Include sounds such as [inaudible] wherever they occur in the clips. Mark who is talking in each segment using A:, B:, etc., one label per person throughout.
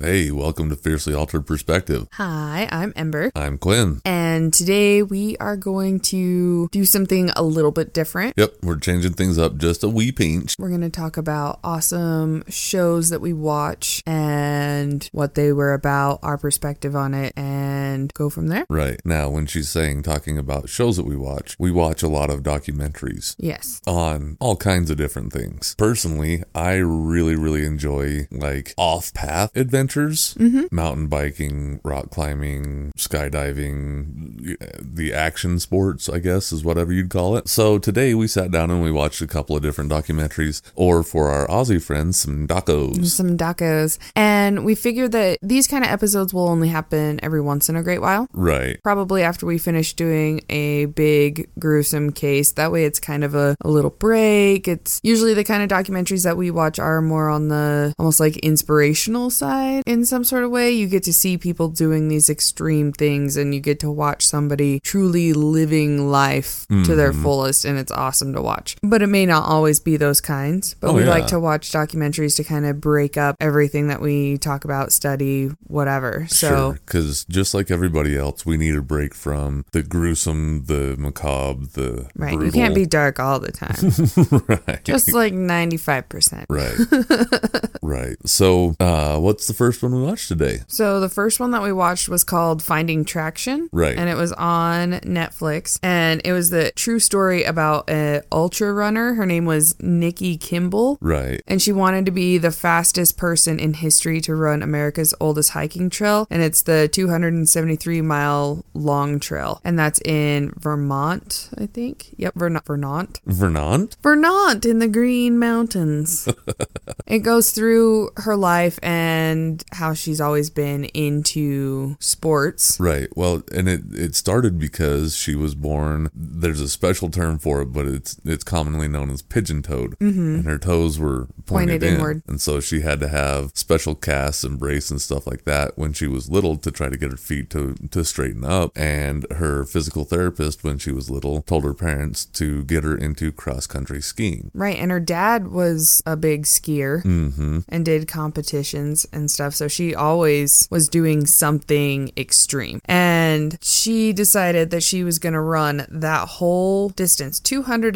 A: Hey, welcome to Fiercely Altered Perspective.
B: Hi, I'm Ember.
A: I'm Quinn.
B: And today we are going to do something a little bit different.
A: Yep, we're changing things up just a wee pinch.
B: We're going to talk about awesome shows that we watch and what they were about, our perspective on it, and go from there.
A: Right. Now, when she's saying talking about shows that we watch, we watch a lot of documentaries
B: Yes.
A: on all kinds of different things. Personally, I really, really enjoy like off path adventures
B: Mm-hmm.
A: mountain biking, rock climbing, skydiving, the action sports, I guess, is whatever you'd call it. So today we sat down and we watched a couple of different documentaries, or for our Aussie friends, some docos.
B: Some docos. And we figured that these kind of episodes will only happen every once in a great while.
A: Right.
B: Probably after we finish doing a big, gruesome case. That way it's kind of a, a little break. It's usually the kind of documentaries that we watch are more on the almost like inspirational side in some sort of way. You get to see people doing these extreme things and you get to watch somebody truly living life to their
A: Mm-hmm.
B: fullest, and it's awesome to watch. But it may not always be those kinds, but
A: Oh,
B: we
A: yeah.
B: like to watch documentaries to kind of break up everything that we talk about, study, whatever. So.
A: because just like everybody else, we need a break from the gruesome, the macabre, the
B: Right.
A: Brutal.
B: You can't be dark all the time.
A: [laughs] right,
B: Just like 95%.
A: right, [laughs] right. So, uh, what's the first one we watched today?
B: So the first one that we watched was called Finding Traction.
A: Right.
B: And it was on Netflix. And it was the true story about an ultra runner. Her name was Nikki Kimball.
A: Right,
B: And she wanted to be the fastest person in history to run America's oldest hiking trail. And it's the 273 mile long trail. And that's in Vermont, I think. Yep, Vern- Vermont.
A: Vernant.
B: Vernant in the Green Mountains. it goes through her life and how she's always been into sports.
A: Right. Well, and it it started because she was born. There's a special term for it, but it's it's commonly known as pigeon toed, mm-hmm. and her toes were pointed,
B: Pointed
A: in.
B: inward.
A: and so she had to have special casts and brace and stuff like that when she was little to try to get her feet to to straighten up. And her physical therapist, when she was little, told her parents to get her into cross country skiing.
B: Right, and her dad was a big skier and did competitions and stuff. So she always was doing something extreme. And she decided that she was going to run that whole distance,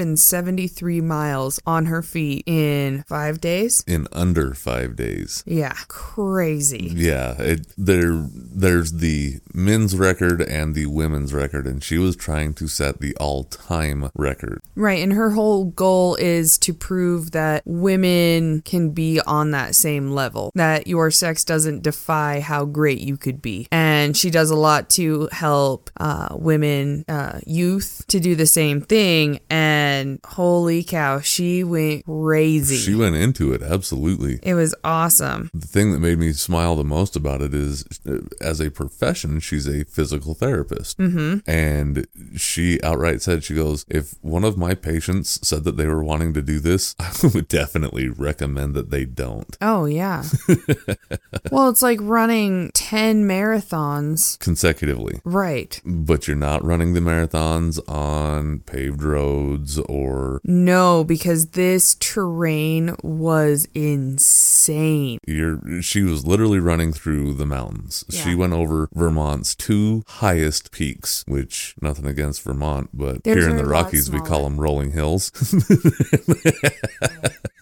B: 273 miles on her feet in five days.
A: In under five days,
B: Yeah, crazy.
A: Yeah, it, there there's the men's record and the women's record, and she was trying to set the all-time record.
B: Right, and her whole goal is to prove that women can be on that same level, that your sex doesn't defy how great you could be. And she does a lot to help uh, women, uh, youth, to do the same thing. And holy cow, she went crazy.
A: She went into it absolutely.
B: it was awesome.
A: The thing that made me smile the most about it is, uh, as a profession, she's a physical therapist, mm-hmm. and she outright said, "She goes, if one of my patients said that they were wanting to do this, [laughs] I would definitely recommend that they don't."
B: Oh, yeah. well, it's like running 10 marathons.
A: Consecutively,
B: Right.
A: but you're not running the marathons on paved roads or
B: No, because this terrain was insane.
A: You're, she was literally running through the mountains. She
B: Yeah.
A: went over Vermont's two highest peaks, which nothing against Vermont, but
B: Theirs
A: here in
B: are
A: the
B: a lot
A: Rockies we call
B: smaller.
A: them rolling hills. [laughs]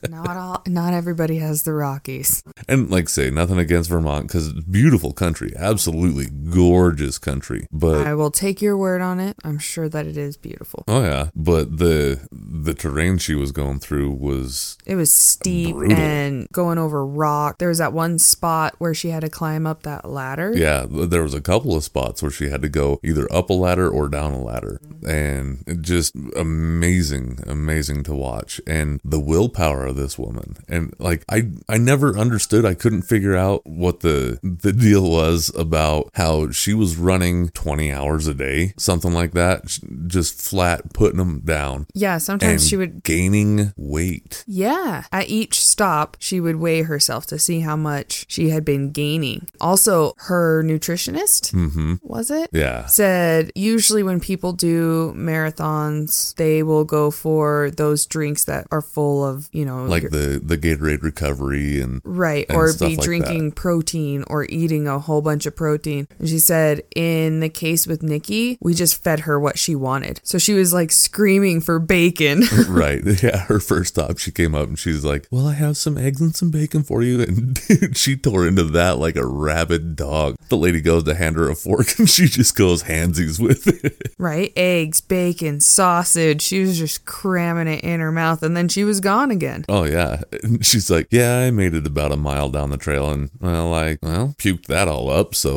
B: Not all, not everybody has the Rockies.
A: and like say, nothing against Vermont because it's beautiful country, absolutely gorgeous country. But
B: I will take your word on it. I'm sure that it is beautiful.
A: oh yeah, but the the terrain she was going through was
B: It was steep
A: Brutal.
B: and going over rock. There was that one spot where she had to climb up that ladder.
A: Yeah, there was a couple of spots where she had to go either up a ladder or down a ladder. And it just amazing, amazing to watch. And the willpower of this woman. And like I I never understood, I couldn't figure out what the the deal was about how she was running 20 hours a day, something like that, sh- just flat putting them down
B: Yeah,
A: and
B: sometimes she would
A: gaining weight.
B: Yeah. At each stop, she would weigh herself to see how much she had been gaining. Also, her nutritionist,
A: Mm.
B: mm-hmm. was it?
A: Yeah.
B: Said usually when people do marathons, they will go for those drinks that are full of, you know, know,
A: like
B: your-
A: the the Gatorade recovery and
B: Right,
A: and
B: or
A: stuff like
B: be
A: that.
B: drinking protein or eating a whole bunch of protein. And she said, in the case with Nikki, we just fed her what she wanted. So she was like screaming
A: [laughs]
B: for bacon.
A: right. Yeah, her first stop, she came up and she's like, "Well, I have some eggs and some bacon for you." [laughs] And dude, she tore into that like a rabid dog. The lady goes to hand her a fork, [laughs] and she just goes handsies with it. [laughs]
B: right? Eggs, bacon, sausage. She was just cramming it in her mouth and then she was gone again.
A: Oh yeah, and she's like, "Yeah, I made it about a mile down the trail, and well, like, well, puked that all up, so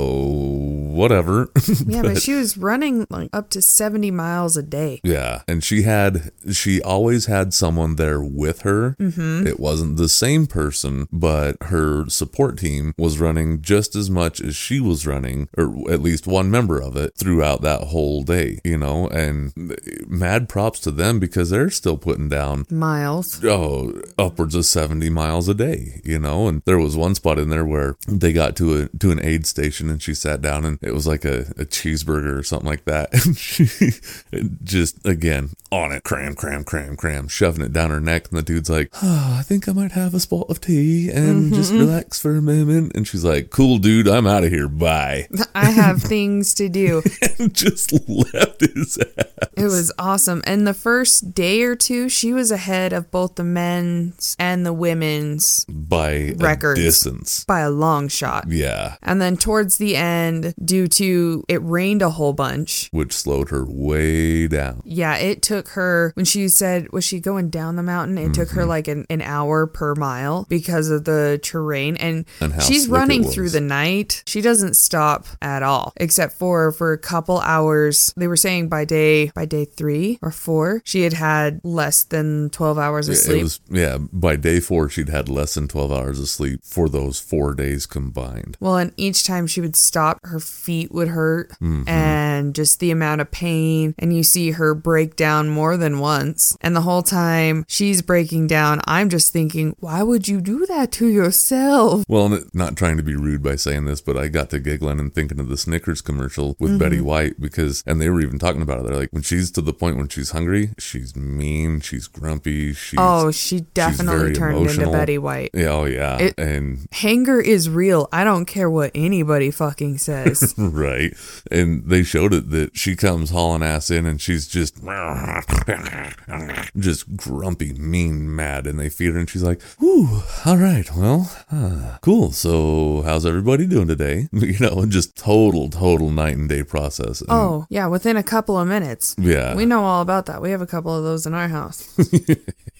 A: whatever." [laughs]
B: Yeah, but she was running like up to 70 miles a day.
A: Yeah, and she had she always had someone there with her. Mm-hmm. It wasn't the same person, but her support team was running just as much as she was running, or at least one member of it throughout that whole day. You know, and eh, mad props to them because they're still putting down
B: Miles. [laughs]
A: oh upwards of 70 miles a day you know and there was one spot in there where they got to a to an aid station and she sat down and it was like a, a cheeseburger or something like that [laughs] and she just again on it cram cram cram cram shoving it down her neck and the dude's like oh, i think i might have a spot of tea and just relax for a moment and she's like cool dude i'm out of here bye [laughs]
B: I have things to do.
A: and just left his ass
B: It was awesome. And the first day or two, she was ahead of both the men's and the women's
A: by
B: Records.
A: a distance
B: by a long shot.
A: yeah
B: And then towards the end, due to it rained a whole bunch.
A: which slowed her way down
B: Yeah, it took her when she said was she going down the mountain? It took
A: Mm-hmm.
B: her like an, an hour per mile because of the terrain and,
A: And how
B: she's
A: slick it
B: running through
A: was.
B: the night. She doesn't stop at all, except for for a couple hours. They were saying by day by day three or four, she had had less than twelve hours of sleep.
A: It was yeah. By day four, she'd had less than twelve hours of sleep for those four days combined.
B: Well, and each time she would stop, her feet would hurt
A: Mm-hmm.
B: and just the amount of pain. And you see her break down more than once. And the whole time she's breaking down, I'm just thinking, why would you do that to yourself?
A: Well, and it- not trying to be rude by saying this, but I got to giggling and thinking of the Snickers commercial with Betty
B: Mm-hmm.
A: White because, and they were even talking about it. They're like, when she's to the point when she's hungry, she's mean, she's grumpy, she's
B: Oh, she definitely
A: very
B: turned into
A: emotional.
B: Betty White.
A: yeah, oh yeah,
B: It-
A: and
B: Hanger is real. I don't care what anybody fucking
A: [laughs] Mm.
B: says.
A: right, and they showed it that she comes hauling ass in and she's just just grumpy, mean, mad, and they feed her, and she's like, "Ooh, all right, well, huh, cool. So, how's everybody doing today?" [laughs] You know, and just total, total night and day process. And
B: oh, yeah, within a couple of minutes.
A: yeah,
B: We know all about that. We have a couple of those in our house.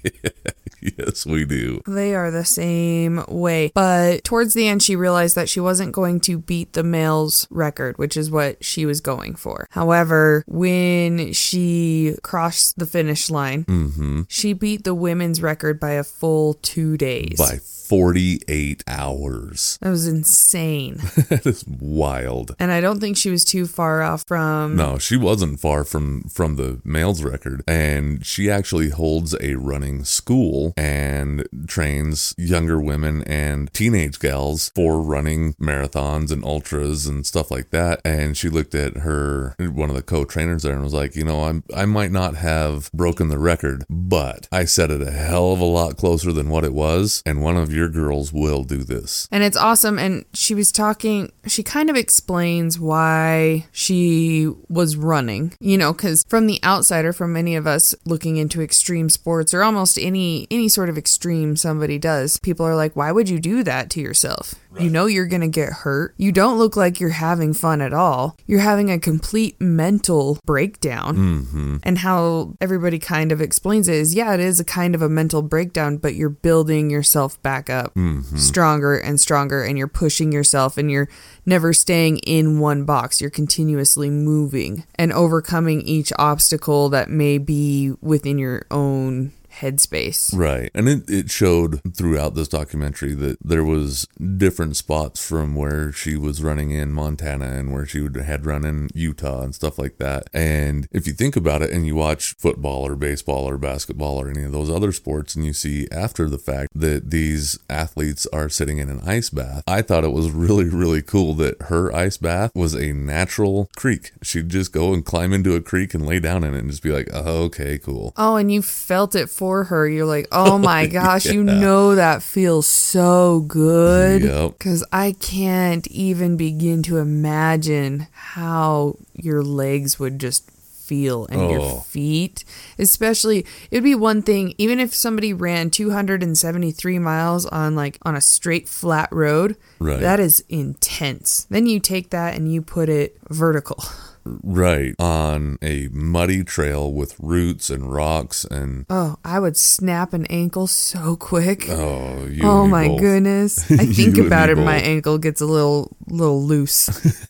A: [laughs] yes, we do.
B: They are the same way. But towards the end, she realized that she wasn't going to beat the male's record, which is what she was going for. However, when she crossed the finish line,
A: Mm-hmm.
B: she beat the women's record by a full two days.
A: By forty-eight hours, [laughs]
B: That was insane.
A: that is wild.
B: and I don't think she was too far off from.
A: No, she wasn't far from from the male's record, and she actually holds a running school and trains younger women and teenage gals for running marathons and ultras and stuff like that. And she looked at her one of the co-trainers there and was like, you know, I'm I might not have broken the record, but I set it a hell of a lot closer than what it was, and one of your girls will do this.
B: And it's awesome. And she was talking, she kind of explains why she was running, you know, because from the outsider, from many of us looking into extreme sports or almost any any sort of extreme somebody does, people are like, why would you do that to yourself? You know you're going to get hurt. You don't look like you're having fun at all. You're having a complete mental breakdown and how everybody kind of explains it is yeah, it is a kind of a mental breakdown, but you're building yourself back up stronger and stronger, and you're pushing yourself, and you're never staying in one box. You're continuously moving and overcoming each obstacle that may be within your own headspace.
A: Right. And it, it showed throughout this documentary that there was different spots from where she was running in Montana and where she would, had run in Utah and stuff like that. And if you think about it and you watch football or baseball or basketball or any of those other sports and you see after the fact that these athletes are sitting in an ice bath, I thought it was really, really cool that her ice bath was a natural creek. She'd just go and climb into a creek and lay down in it and just be like, oh, okay, cool.
B: Oh, and you felt it for her, you're like,
A: [laughs]
B: oh my gosh, you know that feels so good.
A: Yep.
B: Because I can't even begin to imagine how your legs would just feel and
A: Oh.
B: your feet. Especially, it'd be one thing, even if somebody ran 273 miles on like on a straight flat road,
A: Right.
B: that is intense. Then you take that and you put it vertical.
A: Right. On a muddy trail with roots and rocks and
B: Oh, I would snap an ankle so quick.
A: oh you
B: Oh
A: and me
B: my
A: both.
B: goodness! I
A: You
B: think
A: and
B: about
A: me
B: it, my
A: both.
B: ankle gets a little little loose.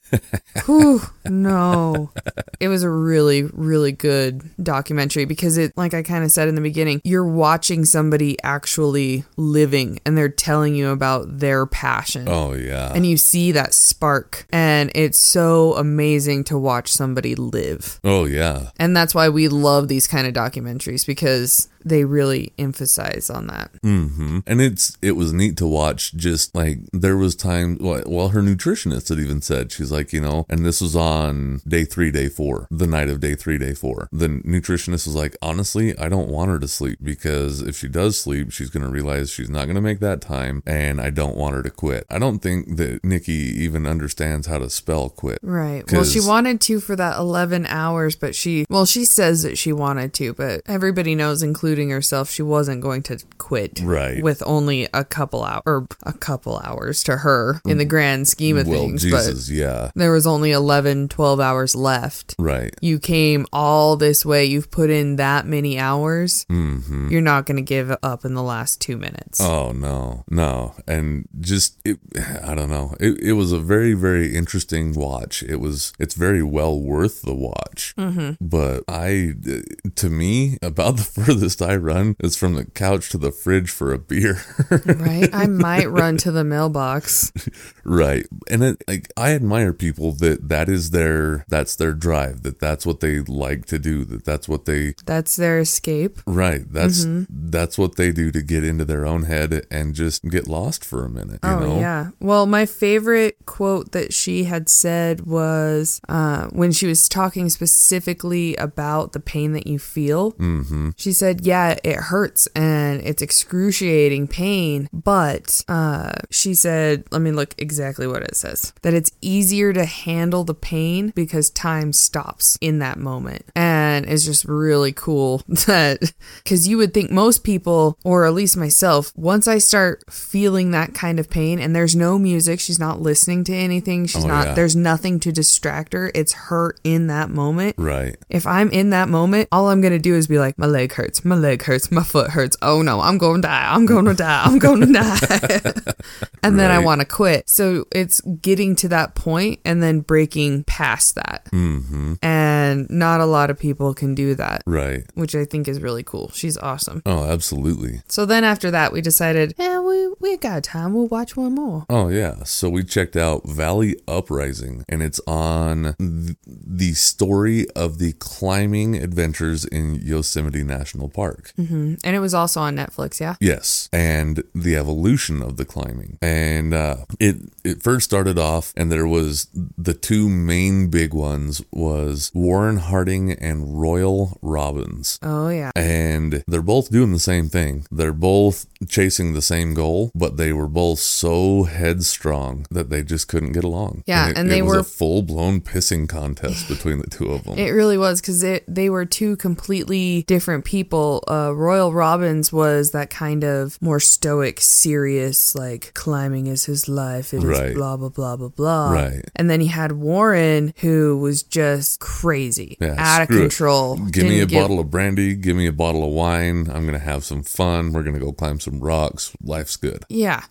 B: Whew, no, it was a really really good documentary because it, like I kind of said in the beginning, you're watching somebody actually living, and they're telling you about their passion.
A: Oh yeah.
B: And you see that spark, and it's so amazing to watch somebody live.
A: oh yeah.
B: And that's why we love these kind of documentaries because they really emphasize on that.
A: hmm And it's it was neat to watch. Just like there was time. Well, well, her nutritionist had even said she's like, you know, and this was on day three, day four, the night of day three, day four. The nutritionist was like, honestly, I don't want her to sleep because if she does sleep, she's gonna realize she's not gonna make that time, and I don't want her to quit. I don't think that Nikki even understands how to spell quit.
B: Right. Well, she
A: 'Cause-
B: wanted to for that 11 hours, but she, well, she says that she wanted to, but everybody knows, including herself, she wasn't going to quit.
A: Right.
B: With only a couple hour or a couple hours to her in the grand scheme of
A: Mm. Well,
B: things.
A: Jesus, yeah,
B: But there was only 11, 12 hours left.
A: right.
B: You came all this way. You've put in that many hours. Mm-hmm. You're not going to give up in the last two minutes.
A: Oh no, no, and just it, I don't know. It, it was a very very interesting watch. It was it's very well worth the watch. Mm-hmm. But I, to me, about the [laughs] furthest I run is from the couch to the fridge for a beer. [laughs]
B: Right? I might run to the mailbox.
A: right and it, like i admire people that that is their that's their drive that that's what they like to do that that's what they
B: That's their escape.
A: right that's
B: Mm-hmm.
A: that's what they do to get into their own head and just get lost for a minute you
B: Oh
A: know
B: yeah. Well, my favorite quote that she had said was uh, when she was talking specifically about the pain that you feel. Mm-hmm. She said, "Yeah, it hurts and it's excruciating pain, but uh, she said, let me look exactly what it says. That it's easier to handle the pain because time stops in that moment, and it's just really cool [laughs] that because you would think most people, or at least myself, once I start feeling that kind of pain and there's no music, she's not listening to anything, she's
A: Oh,
B: not
A: yeah.
B: there's nothing to distract her. It's her in that moment.
A: right
B: If I'm in that moment, all I'm gonna do is be like, my leg hurts, my leg hurts, my foot hurts. Oh no, I'm going to die. I'm going to die. I'm going to die.
A: [laughs]
B: and then I
A: Right.
B: want to quit. So it's getting to that point and then breaking past that.
A: mm-hmm
B: And not a lot of people can do that,
A: right
B: which I think is really cool. She's awesome.
A: Oh, absolutely.
B: So then after that, we decided, yeah, we we got time. We'll watch one more.
A: Oh, yeah. So we checked out Valley Uprising, and it's on th- the story of the climbing adventures in Yosemite National Park.
B: hmm And it was also on Netflix. Yeah.
A: Yes, and the evolution of the climbing. And uh, it it first started off, and there was the two main big ones was Warren Harding and Royal Robbins.
B: Oh yeah.
A: and they're both doing the same thing. They're both chasing the same goal, but they were both so headstrong that they just couldn't get along.
B: Yeah,
A: it,
B: and
A: it
B: they
A: was
B: were-
A: a full blown pissing contest between the two of them.
B: It really was because they were two completely different people. Uh, Royal Robbins was that kind of more stoic, serious, like climbing is his life. It is
A: Right.
B: blah blah blah blah blah.
A: Right.
B: And then he had Warren, who was just crazy,
A: Yeah,
B: out of
A: screw it.
B: control.
A: Give me a
B: Didn't give-
A: bottle of brandy. Give me a bottle of wine. I'm gonna have some fun. We're gonna go climb some rocks. Life's good. [laughs]
B: Yeah.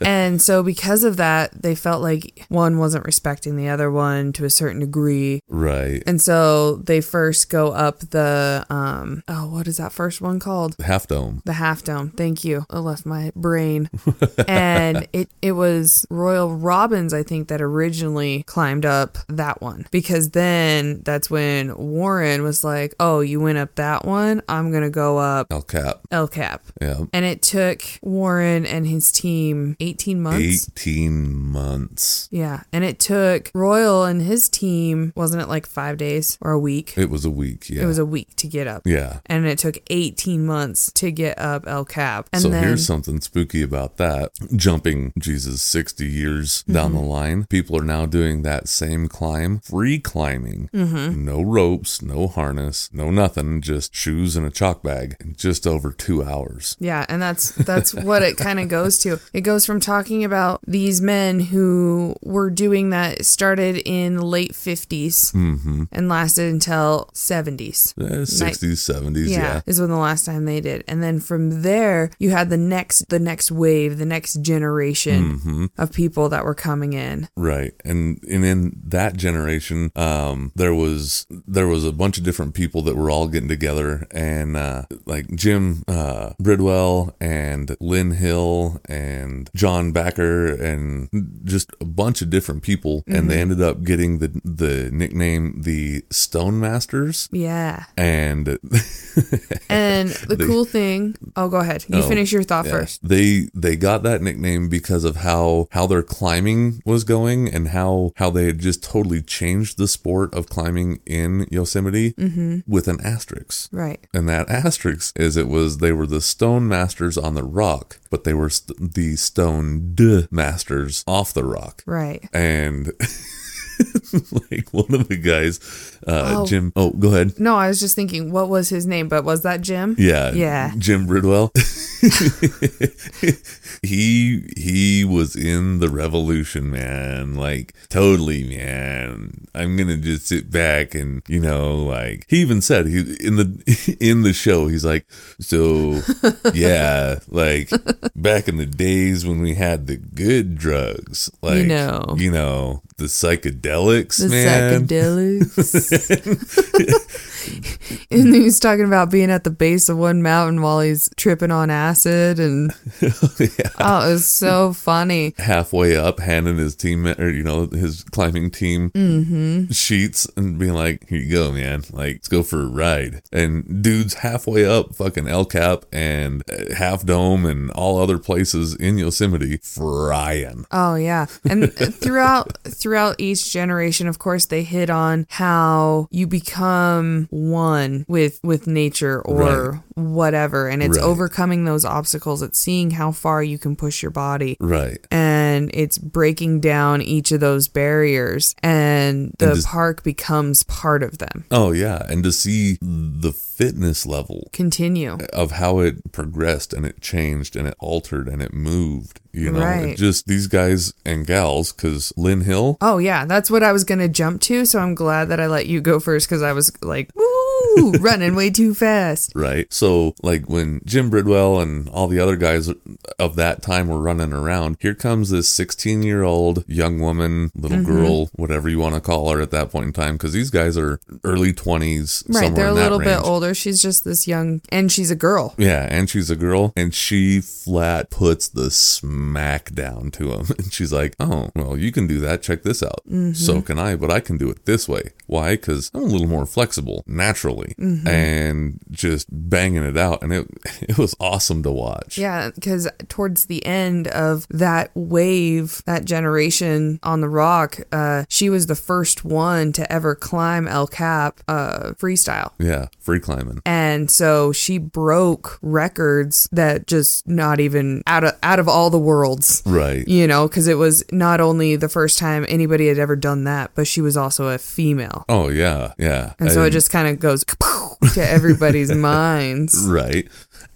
B: and so because of that, they felt like one wasn't respecting the other one to a certain degree.
A: Right.
B: And so they first go up the um oh, what is that first one called?
A: Half dome.
B: the half dome. Thank you. I left my
A: [laughs]
B: brain. and it it was Royal Robbins, I think, that originally climbed up that one because then that's when Warren Warren was like, "Oh, you went up that one. I'm gonna go up
A: El Cap.
B: El Cap."
A: Yeah.
B: And it took Warren and his team 18 months.
A: 18 months.
B: Yeah. And it took Royal and his team, wasn't it like five days or a week?
A: It was a week. Yeah.
B: It was a week to get up.
A: yeah.
B: And it took 18 months to get up El Cap. And
A: so
B: then,
A: here's something spooky about that. Jumping Jesus 60 years down
B: Mm-hmm.
A: the line, people are now doing that same climb, free climbing.
B: Mm-hmm.
A: No ropes, no harness, no nothing, just shoes and a chalk bag in just over two hours.
B: Yeah, and that's that's what it kind of goes to. It goes from talking about these men who were doing that started in the late 50s
A: Hmm.
B: and lasted until 70s.
A: Mm-hmm. Eh, 60s, 70s,
B: Yeah,
A: yeah.
B: is when the last time they did. And then from there, you had the next the next wave, the next generation of people that were coming in.
A: Right. And and in that generation, um, there was there was a bunch of different people that were all getting together and uh like Jim uh Bridwell and Lynn Hill and John Backer and just a bunch of different people and they ended up getting the the nickname the Stone Masters
B: Yeah.
A: and [laughs]
B: And the cool thing, oh, go ahead. You
A: Oh,
B: finish your thought
A: Yeah.
B: first.
A: They they got that nickname because of how how their climbing was going and how how they had just totally changed the sport of climbing in Yosemite
B: Mm-hmm.
A: with an asterisk.
B: Right.
A: And that asterisk is it was they were the stone masters on the rock, but they were st- the stoned masters off the rock.
B: Right.
A: And [laughs] like one of the guys, uh,
B: Oh.
A: Jim. Oh, go ahead.
B: No, I was just thinking, what was his name? But was that Jim?
A: Yeah.
B: Yeah.
A: Jim Bridwell. [laughs] he he was in the revolution, man. Like totally, man. I'm gonna just sit back and you know, like he even said he in the [laughs] in the show, he's like,
B: [laughs]
A: so yeah, like back in the days when we had the good drugs, like
B: know.
A: you know, the psychedelics,
B: The
A: man. [laughs]
B: psychedelics.
A: [laughs]
B: and he was talking about being at the base of one mountain while he's tripping on acid, and oh, it was so funny.
A: halfway up handing his team or you know his climbing team sheets and being like here you go man like let's go for a ride and dudes halfway up fucking el cap and uh, half dome and all other places in yosemite frying
B: Oh yeah, and throughout throughout each generation, of course, they hit on how you become one with with nature or whatever, and it's
A: Right.
B: overcoming those obstacles. It's seeing how far you can push your body.
A: right
B: and it's breaking down each of those barriers and the
A: just-
B: park becomes part of them
A: oh yeah and to see the fitness level
B: continue
A: of how it progressed and it changed and it altered and it moved you know
B: Right.
A: It just these guys and gals because lynn hill
B: oh yeah that's what i was gonna jump to so i'm glad that i let you go first because i was like ooh
A: [laughs]
B: running way too fast
A: right? So, like when Jim Bridwell and all the other guys of that time were running around, here comes this 16 year old young woman, little
B: Mm-hmm.
A: girl, whatever you want to call her at that point in time, because these guys are early 20s,
B: right
A: somewhere
B: they're a
A: in that
B: little bit
A: range.
B: older she's just this young and she's a girl
A: Yeah, and she's a girl, and she flat puts the smack down to him. [laughs] And she's like, Oh, well, you can do that. Check this out.
B: Mm-hmm.
A: So can I, but I can do it this way. Why? Because I'm a little more flexible naturally.
B: Mm-hmm.
A: And just banging it out. And it, [laughs] it was awesome to watch.
B: Yeah, because towards the end of that wave, that generation on the rock, uh, she was the first one to ever climb El Cap uh, freestyle.
A: Yeah, free climbing.
B: And so she broke records that just not even out of out of all the worlds,
A: Right.
B: you know, because it was not only the first time anybody had ever done that, but she was also a female.
A: Oh, yeah. Yeah.
B: And so it just kind of goes [laughs] kapow to everybody's minds.
A: right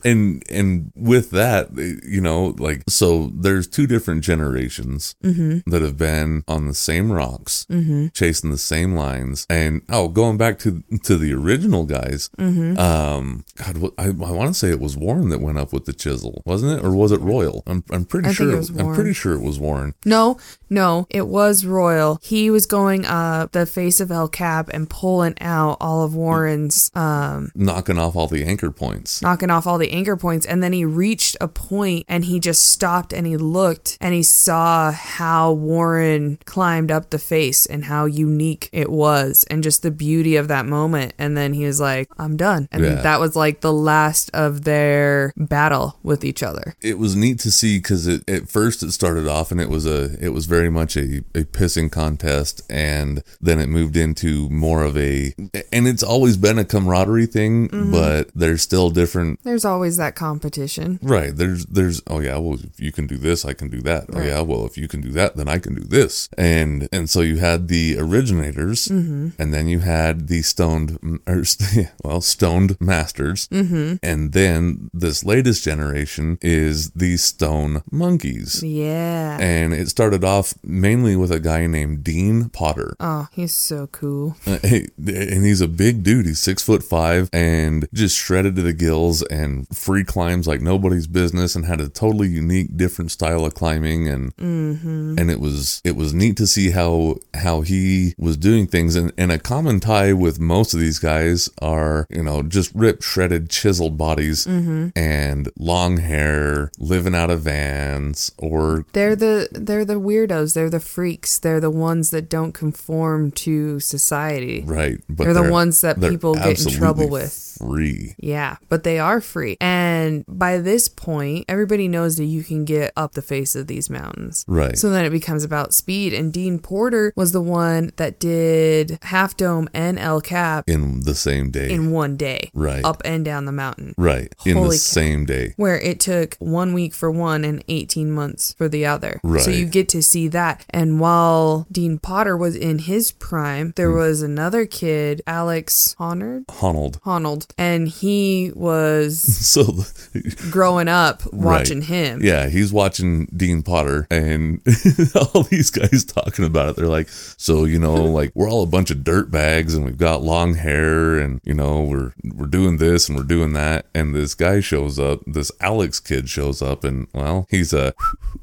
A: and and with that you know like so there's two different generations
B: Mm-hmm.
A: that have been on the same rocks chasing the same lines and oh going back to to the original guys
B: Mm-hmm.
A: um god what, i, I want to say it was warren that went up with the chisel wasn't it or was it royal i'm, I'm pretty
B: I think
A: sure
B: it was
A: i'm
B: Warren.
A: pretty sure it was warren
B: No, no, it was Royal. He was going up the face of El Cap and pulling out all of Warren's, um,
A: knocking off all the anchor points
B: knocking off all the anchor points. And then he reached a point and he just stopped and he looked and he saw how Warren climbed up the face and how unique it was and just the beauty of that moment. And then he was like, I'm done. And
A: Yeah.
B: that was like the last of their battle with each other.
A: it was neat to see because it at first it started off and it was a it was very much a, a pissing contest and then it moved into more of a and it's always been a camaraderie thing but there's still different
B: There's always that competition.
A: right there's there's oh yeah well if you can do this I can do that oh
B: Right.
A: yeah well if you can do that then I can do this and and so you had the originators
B: Mm-hmm.
A: and then you had the stoned or [laughs] well stoned masters
B: Mm-hmm.
A: and then this latest generation is the stone monkeys.
B: Yeah.
A: And it started off mainly with a guy named Dean Potter.
B: Oh, he's so cool.
A: Uh, hey, and he's a big dude. He's six foot five and just shredded to the gills and free climbs like nobody's business and had a totally unique, different style of climbing. And
B: Mm-hmm.
A: and it was it was neat to see how how he was doing things. And and a common tie with most of these guys are you know just ripped, shredded, chiseled bodies
B: Mm-hmm.
A: and long hair, living out of vans or
B: They're the they're the weirdos. They're the freaks. They're the ones that don't conform to society.
A: right. But
B: They're the ones that
A: they're
B: people get in
A: absolutely
B: trouble with.
A: Free.
B: Yeah, but they are free. And by this point, everybody knows that you can get up the face of these mountains.
A: Right.
B: So then it becomes about speed. And Dean Porter was the one that did Half Dome and El Cap
A: in the same day.
B: in one day,
A: Right.
B: up and down the mountain.
A: right. In the
B: Holy cow.
A: same day.
B: where it took one week for one and 18 months for the other.
A: Right.
B: So you get to see that. And while Dean Potter was in his prime,
A: Hmm.
B: there was another kid, Alex Honard.
A: Honnold. [laughs]
B: Honnold, and he was
A: So, the-
B: growing
A: [laughs]
B: up watching him.
A: yeah, he's watching Dean Potter and [laughs] all these guys talking about it. They're like, so, you
B: [laughs]
A: know, like we're all a bunch of dirt bags and we've got long hair and, you know, we're, we're doing this and we're doing that. And this guy shows up, this Alex kid shows up and, well, he's a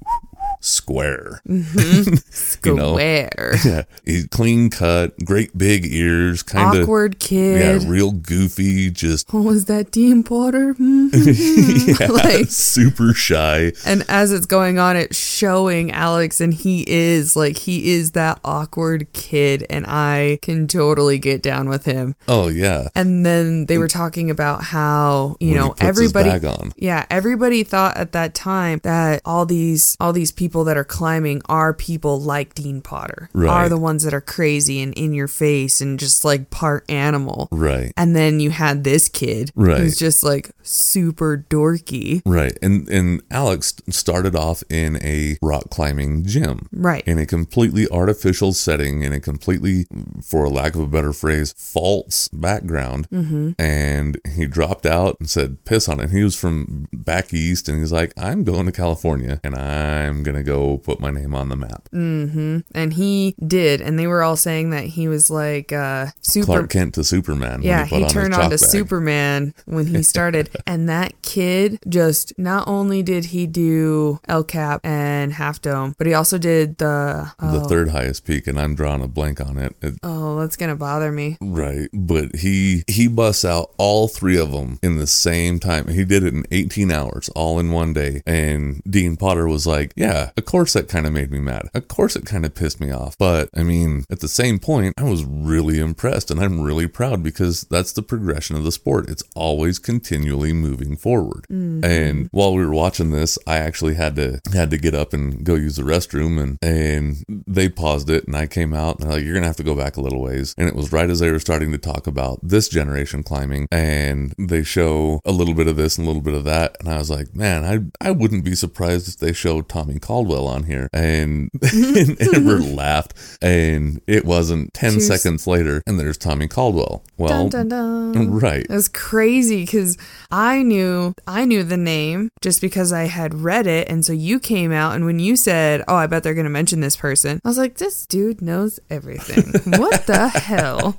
A: [laughs] square. [laughs] you know.
B: Mm-hmm. Square.
A: [laughs] Yeah. He's clean cut, great big ears, kind of.
B: Awkward
A: uh, Yeah,
B: kid.
A: real goofy, just
B: what was that,
A: [laughs]
B: Dean Potter? Hmm, hmm, hmm. [laughs] like,
A: super shy.
B: and as it's going on, it's showing Alex, and he is like, he is that awkward kid, and I can totally get down with him.
A: Oh yeah,
B: And then they were talking about how, you
A: When he
B: know,
A: puts his
B: everybody
A: bag on.
B: Yeah, everybody thought at that time that all these all these people that are climbing are people like Dean Potter.
A: Right.
B: Are the ones that are crazy and in your face and just like part animal.
A: right,
B: And then you had this kid
A: Right.
B: who's just like super dorky.
A: right. And and Alex started off in a rock climbing gym,
B: Right.
A: in a completely artificial setting, in a completely, for lack of a better phrase, false background. Mm-hmm. And he dropped out and said, "Piss on it." He was from back east, and he's like, "I'm going to California, and I'm gonna go put my name on the map."
B: Mm-hmm. and he did and they were all saying that he was like uh super
A: Clark Kent to Superman. when
B: yeah
A: put
B: he
A: his
B: turned on
A: chalk
B: to
A: bag.
B: superman when
A: [laughs]
B: he started and that kid just not only did he do el cap and half dome but he also did the
A: The
B: oh,
A: third highest peak, and I'm drawing a blank on it. It-
B: oh that's gonna bother me
A: Right, but he he busts out all three of them in the same time. He did it in 18 hours, all in one day. And Dean Potter was like, "Yeah, of course that kind of made me mad. Of course it kind of pissed me off. But I mean, at the same point, I was really impressed and I'm really proud because that's the progression of the sport. It's always continually moving forward. And while we were watching this, I actually had to had to get up and go use the restroom and and they paused it and I came out and they're like, You're gonna have to go back a little ways. And it was right as they were starting to talk about this generation climbing and they show a little bit of this and a little bit of that. And I was like, Man, I I wouldn't be surprised if they showed Tommy Caldwell on here. And, [laughs] and Amber
B: [laughs]
A: laughed and it wasn't ten
B: Cheers.
A: seconds later and there's Tommy Caldwell. Well
B: dun dun dun
A: Oh, right.
B: It was crazy because I knew I knew the name just because I had read it, and so you came out, and when you said, "Oh, I bet they're gonna mention this person," I was like, "This
A: [laughs]
B: dude knows everything. what the hell?"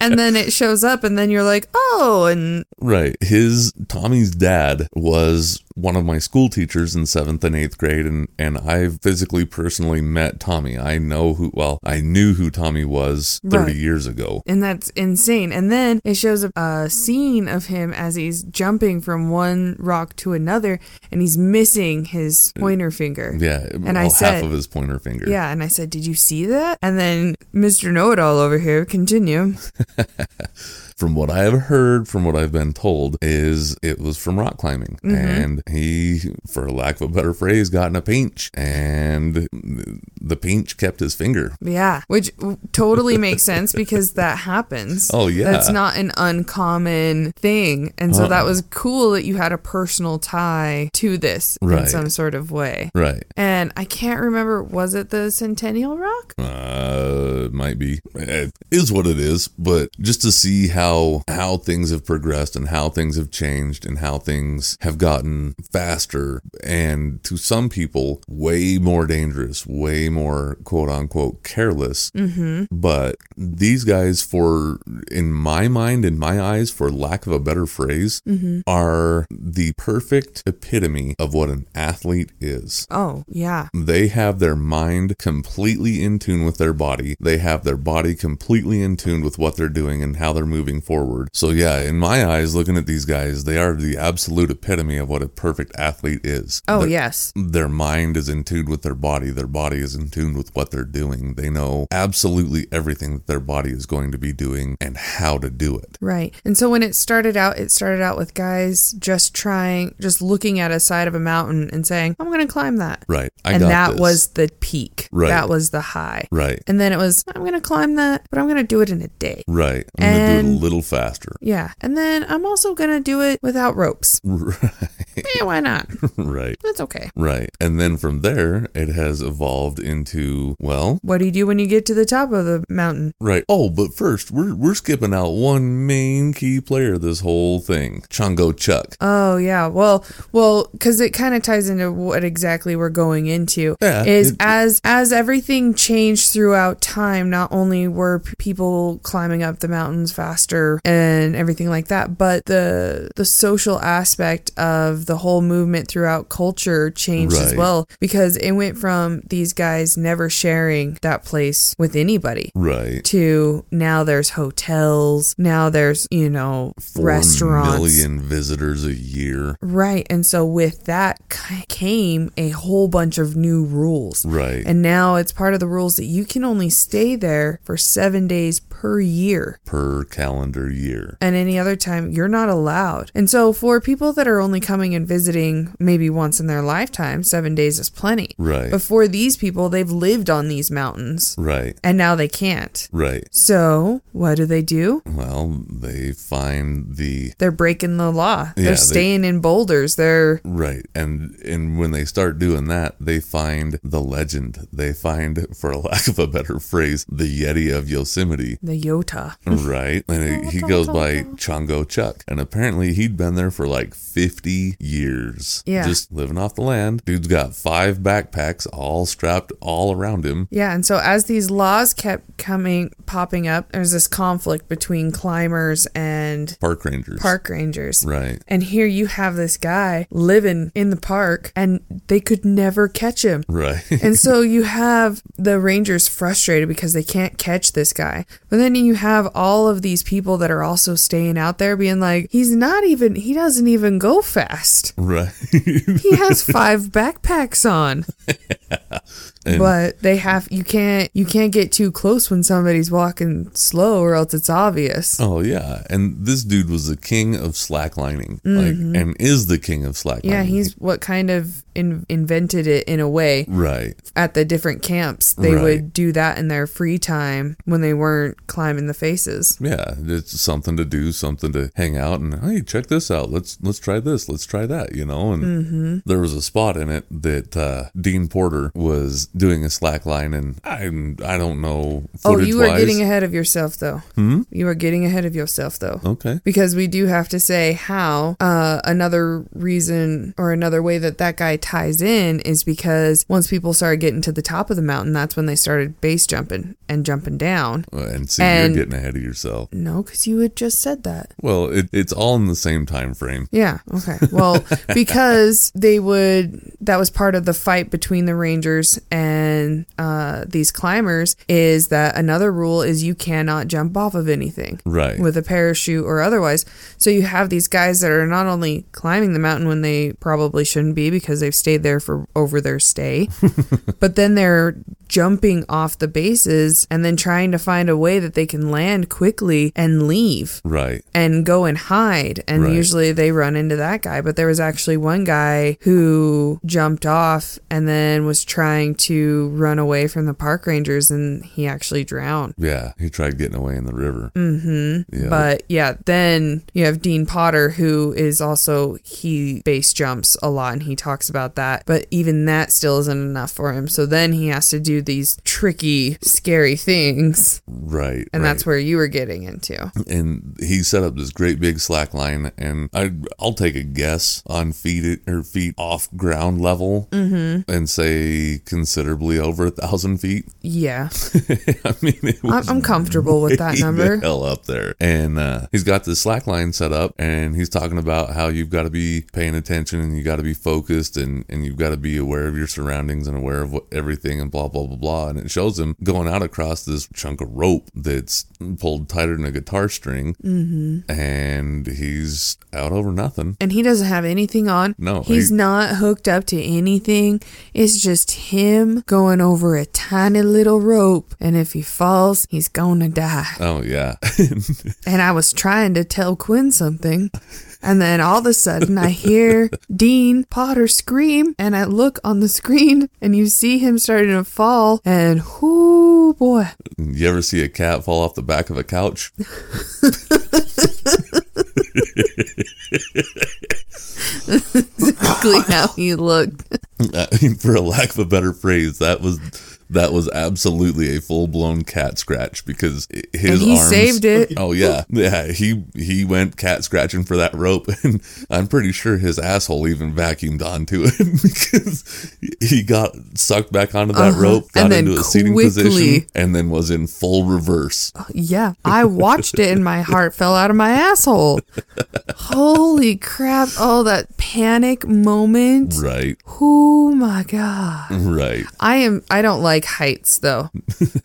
B: And then it shows up, and then you're like, "Oh, go? And
A: Right. His Tommy's dad was one of my school teachers in seventh and eighth grade, and and I physically personally met Tommy. I know who. Well, I knew who Tommy was thirty
B: Right.
A: years ago.
B: and that's insane. And then it shows a, a scene of him as he's jumping from one rock to another, and he's missing his pointer finger.
A: Yeah.
B: I
A: well, half
B: said-
A: of his pointer finger.
B: Yeah, and I said, "Did you see that?" And then Mr. Know It All over here, continue.
A: From what I have heard, from what I've been told, is it was from rock climbing,
B: Mm-hmm.
A: and he, for lack of a better phrase, got in a pinch, and the pinch kept his finger.
B: Yeah, which w-
A: [laughs]
B: totally makes sense because that happens.
A: Oh, yeah. Uh-huh.
B: That's not an uncommon thing. And so that was cool that you had a personal tie to this in
A: Right.
B: some sort of way.
A: Right.
B: And I can't remember, was it the Centennial Rock?
A: Uh-huh. uh might be it is what it is but just to see how how things have progressed and how things have changed and how things have gotten faster and to some people way more dangerous way more quote unquote careless but these guys for in my mind in my eyes for lack of a better phrase are the perfect epitome of what an athlete is
B: Oh, yeah.
A: they have their mind completely in tune with their body. They have their body completely in tune with what they're doing and how they're moving forward. So, yeah, in my eyes, looking at these guys, they are the absolute epitome of what a perfect athlete is.
B: Oh,
A: Their-
B: yes.
A: Their mind is in tune with their body. Their body is in tune with what they're doing. They know absolutely everything that their body is going to be doing and how to do it.
B: Right. And so when it started out, it started out with guys just trying, just looking at a side of a mountain and saying, I'm going to climb that.
A: Right. I
B: and
A: got
B: that
A: this.
B: was the peak.
A: Right.
B: That was the high.
A: right.
B: And then it was, I'm going to climb that, but I'm going to do it in a day.
A: Right. I'm going to do it
B: And-
A: a little faster. [laughs]
B: Yeah. And then I'm also going to do it without ropes.
A: Right.
B: Eh, why not?
A: right.
B: That's okay.
A: Right. And then from there, it has evolved into, well,
B: What do you do when you get to the top of the mountain?
A: right. Oh, but first, we're, we're skipping out one main key player of this whole thing Chungo Chuck.
B: Oh yeah, well, well, because it kind of ties into what exactly we're going into.
A: Yeah,
B: is
A: it-
B: as as everything changed throughout time, not only were p- people climbing up the mountains faster and everything like that, but the the social aspect of the whole movement throughout culture changed as
A: Right.
B: well because it went from these guys never sharing that place with anybody
A: Right.
B: to now there's hotels, now there's, you know,
A: Four
B: restaurants.
A: million visitors a year.
B: Right. And so with that ki- came a whole bunch of new rules.
A: Right.
B: And now it's part of the rules that you can only stay there for seven days per year.
A: per calendar year.
B: And any other time, you're not allowed. And so, for people that are only coming and visiting maybe once in their lifetime, seven days is plenty.
A: Right.
B: But for these people, they've lived on these mountains
A: Right.
B: and now they can't.
A: Right.
B: So, what do they do?
A: Well, they find the
B: They're breaking the law. They're
A: Yeah, they-
B: staying in boulders. They're
A: Right. And and when they start doing that, they find the legend. They find, for lack of a better phrase, the Yeti of Yosemite.
B: the Yota.
A: Right. And he he goes by Chongo Chuck. And apparently he'd been there for like 50 years.
B: Yeah.
A: Just living off the land. Dude's got five backpacks all strapped all around him.
B: Yeah, and so as these laws kept coming popping up, there's this conflict between climbers and
A: Park rangers.
B: park rangers.
A: Right.
B: And here you have this guy living in the park and they could never catch him.
A: Right. [laughs]
B: And so you have the Rangers frustrated because they can't catch this guy. But then you have all of these people that are also staying out there being like, he's not even, he doesn't even go fast.
A: right. [laughs]
B: He has five backpacks on. but they have you can't you can't get too close when somebody's walking slow or else it's obvious.
A: Oh yeah, and this dude was the king of slacklining, like, and is the king of slacklining.
B: Mm-hmm. Yeah, he's what kind of in, invented it in a way.
A: right.
B: At the different camps, they
A: Right.
B: would do that in their free time when they weren't climbing the faces.
A: Yeah, it's something to do, something to hang out, and hey, check this out.
B: Mm-hmm.
A: Let's let's try this. Let's try that. You know, and there was a spot in it that uh, Dean Porter reporter was doing a slack line, and I I don't know.
B: Oh, you are
A: footage-wise.
B: getting ahead of yourself, though.
A: Hmm?
B: You are getting ahead of yourself, though.
A: Okay.
B: Because we do have to say how uh, another reason or another way that that guy ties in is because once people started getting to the top of the mountain, that's when they started base jumping and jumping down.
A: Uh, And see,
B: And-
A: you're getting ahead of yourself.
B: No, because you had just said that.
A: Well, it, it's all in the same time frame.
B: Yeah. Okay. Well, because they would, that was part of the fight between the Rangers and uh, these climbers, is that another rule is you cannot jump off of anything.
A: Right.
B: With a parachute or otherwise. So you have these guys that are not only climbing the mountain when they probably shouldn't be because they've stayed there for over their
A: [laughs]
B: stay, but then they're jumping off the bases and then trying to find a way that they can land quickly and leave
A: Right.
B: and go and hide. And
A: Right.
B: usually they run into that guy. But there was actually one guy who jumped off and then was trying to run away from the park rangers and he actually drowned.
A: Yeah. He tried getting away in the river. Mm-hmm. Yeah.
B: But yeah, then you have Dean Potter, who is also he base jumps a lot, and he talks about that. But even that still isn't enough for him. So then he has to do these tricky, scary things,
A: right.
B: and
A: right.
B: that's where you were getting into.
A: and he set up this great big slack line and I, i'll take a guess on feet or feet off ground level and say considerably over a thousand feet [laughs]
B: Yeah,
A: i mean it was
B: I'm, I'm comfortable with
A: [laughs]
B: that
A: way
B: number.
A: the hell up there and uh, he's got this slack line set up and he's talking about how you've got to be paying attention and you got to be focused and, and you've got to be aware of your surroundings and aware of what, everything and blah blah blah blah and it shows him going out across this chunk of rope that's pulled tighter than a guitar string
B: Mm-hmm.
A: and he's out over nothing
B: and he doesn't have anything on.
A: No,
B: he's
A: he-
B: not hooked up to anything. It's just him going over a tiny little rope, and if he falls, he's gonna die.
A: oh yeah [laughs]
B: And I was trying to tell Quinn something, and then all of a sudden I hear Dean Potter scream, and I look on the screen, and you see him starting to fall, and whoo boy,
A: you ever see a cat fall off the back of a couch
B: exactly how he looked.
A: I mean, [laughs] for a lack of a better phrase, that was that was absolutely a full blown cat scratch because i- his
B: And he
A: arms-
B: saved it.
A: Oh yeah, yeah. He he went cat scratching for that rope, [laughs] and I'm pretty sure his asshole even vacuumed onto it [laughs] because he got sucked back onto that rope, got
B: Uh-huh. And then
A: into a seating
B: quickly- Oh,
A: position, and then was in full reverse.
B: Yeah, I watched it, and my heart fell out of my asshole. Holy crap! Oh, that panic moment.
A: Right,
B: Oh my god.
A: right.
B: I am. I don't like heights, though.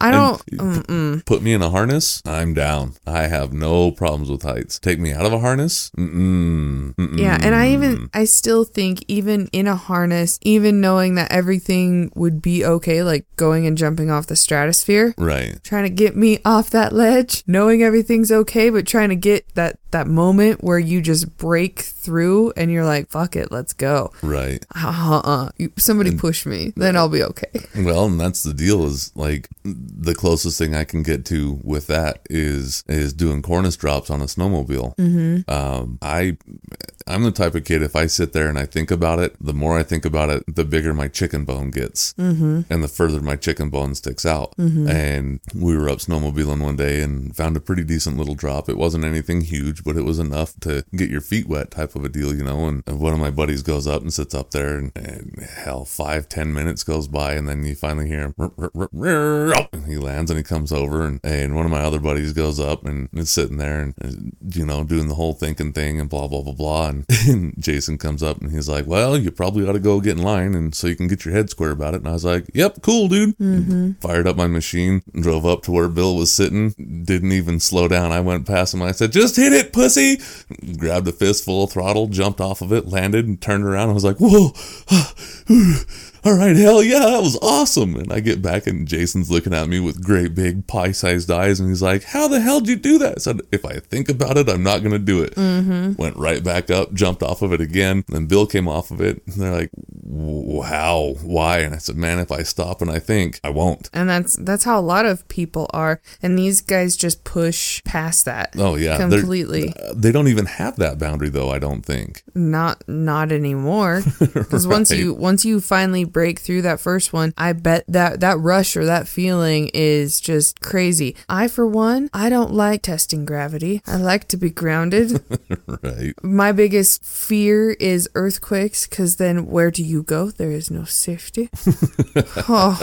B: I don't.
A: Put me in a harness, I'm down. I have no problems with heights. Take me out of a harness, mm-mm, mm-mm.
B: Yeah, and I even
A: Mm.
B: I still think even in a harness, even knowing that everything would be okay, like going and jumping off the stratosphere,
A: right.
B: trying to get me off that ledge, knowing everything's okay, but trying to get that that moment where you just break through and you're like, "Fuck it, let's go."
A: Right.
B: Uh uh. You,
A: Mm.
B: somebody push me, then I'll be okay.
A: Well, and that's the deal is like the closest thing I can get to with that is is doing cornice drops on a snowmobile. Mm-hmm. Um, I I'm the type of kid if I sit there and I think about it, the more I think about it, the bigger my chicken bone gets, mm-hmm. and the further my chicken bone sticks out. And we were up snowmobiling one day and found a pretty decent little drop. It wasn't anything huge, but it was enough to get your feet wet type of a deal, you know. And one of my buddies goes up and sits up there, and, and hell, five ten minutes goes by, and then you finally hear him. "Rrr, rrr, rrr, rrr," And he lands and he comes over, and, and one of my other buddies goes up and is sitting there and, and you know doing the whole thinking thing and blah blah blah blah. And, [laughs] and Jason comes up and he's like, "Well, you probably ought to go get in line, and so you can get your head square about it." And I was like, "Yep, cool, dude." Fired up my machine, drove up to where Bill was sitting, didn't even slow down. I went past him. I said, "Just hit it, pussy!" Grabbed a fistful of throttle, jumped off of it, landed, and turned around. I was like, "Whoa!" all right, hell yeah, that was awesome. And I get back, and Jason's looking at me with great big pie sized eyes, and he's like, How the hell did you do that? I said, If I think about it, I'm not going to do it. Went right back up, jumped off of it again. Then Bill came off of it, and they're like, "W- How? Why? And I said, Man, if I stop and I think, I won't.
B: And that's that's how a lot of people are. And these guys just push past that.
A: Oh, yeah. they're-
B: completely.
A: uh, They don't even have that boundary, though, I don't think. [laughs]
B: not not anymore because once you once you finally break through that first one, I bet that that rush or that feeling is just crazy. I, for one, I don't like testing gravity. I like to be grounded.
A: right.
B: My biggest fear is earthquakes because then where do you go? There is no safety. oh,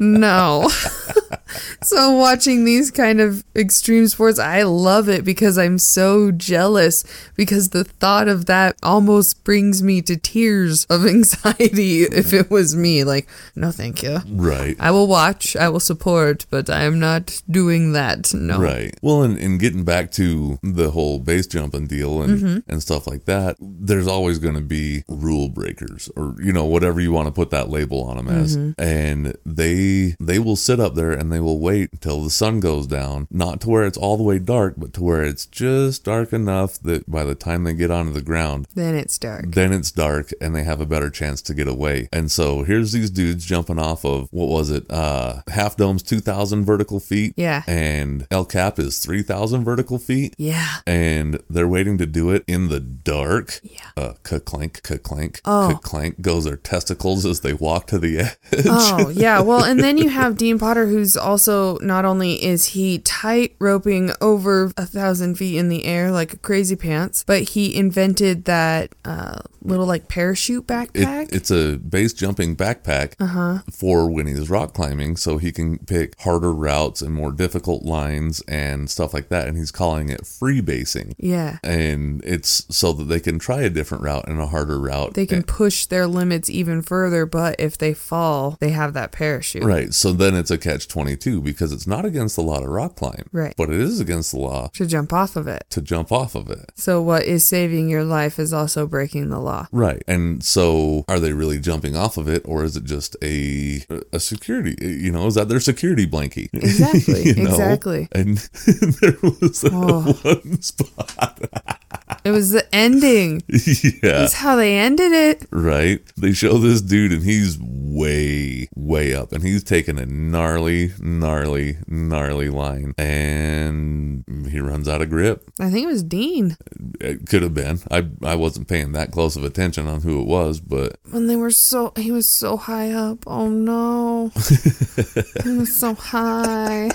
B: no. [laughs] so watching these kind of extreme sports, I love it because I'm so jealous because the thought of that almost brings me to tears of [laughs] anxiety if it was me. Like, no, thank you.
A: Right.
B: I will watch, I will support, but I am not doing that. No.
A: Right. Well, and, and getting back to the whole base jumping deal and, and stuff like that, there's always going to be rule breakers or, you know, whatever you want to put that label on them as. And they they will sit up there and they will wait until the sun goes down, not to where it's all the way dark, but to where it's just dark enough that by the time they get onto the ground,
B: Then it's dark.
A: then it's dark and they have a better chance to get away. And so here's these dudes jumping off of what was it? Uh Half Dome's 2000 vertical feet.
B: Yeah.
A: And El Cap is 3000 vertical feet.
B: Yeah.
A: And they're waiting to do it in the dark.
B: Yeah.
A: Uh, ka-clank, ka-clank,
B: Oh.
A: ka-clank goes their testicles as they walk to the e-, edge. [laughs]
B: Oh yeah, well, and then you have Dean Potter, who's also not only is he tight roping over a thousand feet in the air like a crazy pants, but he invented that uh, little like parachute backpack.
A: It, it's a base jumping backpack
B: Uh-huh.
A: for when he's rock climbing, so he can pick harder routes and more difficult lines and stuff like that. And he's calling it free basing.
B: yeah,
A: And it's so that they can try a different route and a harder route.
B: they can push their limits even further, but if they fall, they have that parachute.
A: Right. So then it's a catch 22 because it's not against the law to rock climb.
B: Right.
A: But it is against the law
B: To jump off of it.
A: to jump off of it.
B: So, what is saving your life is also breaking the law.
A: Right. And so are they really jumping off of it or is it just a a security, you know, is that their security blankie? [laughs]
B: Exactly, exactly.
A: And [laughs] there was that
B: Oh.
A: one spot.
B: It was the ending.
A: [laughs] yeah.
B: That's how they ended it.
A: Right. They show this dude and he's way, way up and he's taking a gnarly, gnarly, gnarly line and he runs out of grip.
B: I think it was Dean.
A: It could have been. I, I wasn't paying that close of attention on who it was, but
B: when they were so he was so high up. Oh no. he was so high.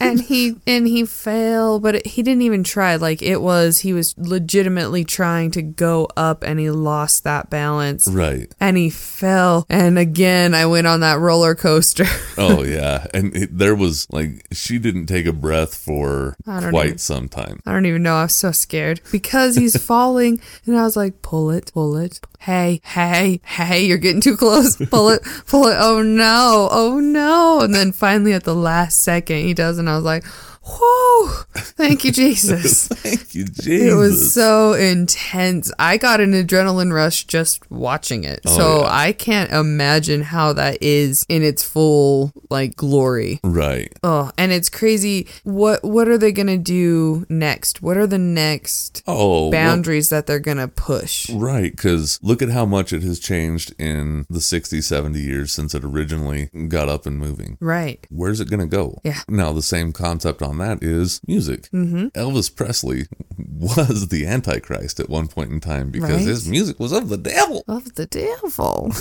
B: And he and he fell, but it, he didn't even try. Like it was he was legitimately trying to go up and he lost that balance.
A: right.
B: And he fell. And again, I went on that roller coaster. [laughs]
A: Oh yeah, and it, there was like she didn't take a breath for
B: I don't
A: quite
B: know.
A: some time. [laughs]
B: I don't even know. I was so scared because he's falling. And I was like, pull it, pull it. Hey, hey, hey, you're getting too close.
A: [laughs]
B: Pull it, pull it. Oh no, oh no. And then finally at the last second, he does. And I was like, whoa, thank
A: [laughs]
B: you, Jesus.
A: Thank you, Jesus.
B: It was so intense. I got an adrenaline rush just watching it. so
A: Oh, yeah.
B: I can't imagine how that is in its full like glory.
A: right.
B: Oh, and it's crazy. What what are they gonna do next? What are the next
A: Oh, well,
B: boundaries that they're gonna push?
A: Right, because look at how much it has changed in the 60, 70 years since it originally got up and moving.
B: Right.
A: Where's it going to go?
B: Yeah.
A: Now, the same concept on that is music. Mm-hmm. Elvis Presley [laughs] was the Antichrist at one point in time because
B: Right.
A: his music was of the devil.
B: Of
A: [laughs]
B: the devil.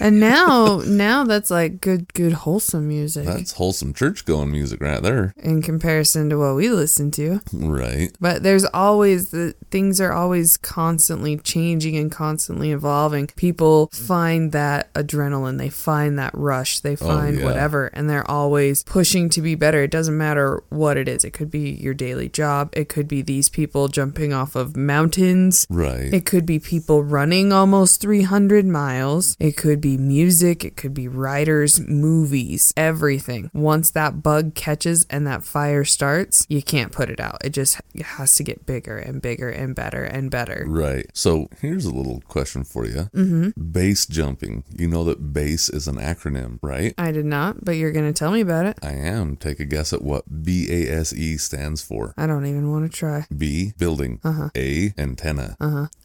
B: and now now that's like good good wholesome music
A: That's wholesome church going music right there. [laughs]
B: in comparison to what we listen to.
A: Right.
B: But there's always the things are always constantly changing and constantly evolving. People find that adrenaline, they find that rush, they find
A: yeah.
B: whatever, and they're always pushing to be better. It doesn't matter what it is. It could be your daily job, it could be these people jumping off of mountains.
A: Right.
B: It could be people running almost 300 miles. It could be music. It could be writers, movies, everything. Once that bug catches and that fire starts, you can't put it out. It just has to get bigger and bigger and better and better.
A: Right. So here's a little question for you. Mm-hmm. Base jumping. You know that base is an acronym, right?
B: I did not, but you're going to tell me about it.
A: I am. Take a guess at what B A S E stands for.
B: I don't even want to try.
A: B building.
B: Uh-huh.
A: A antenna.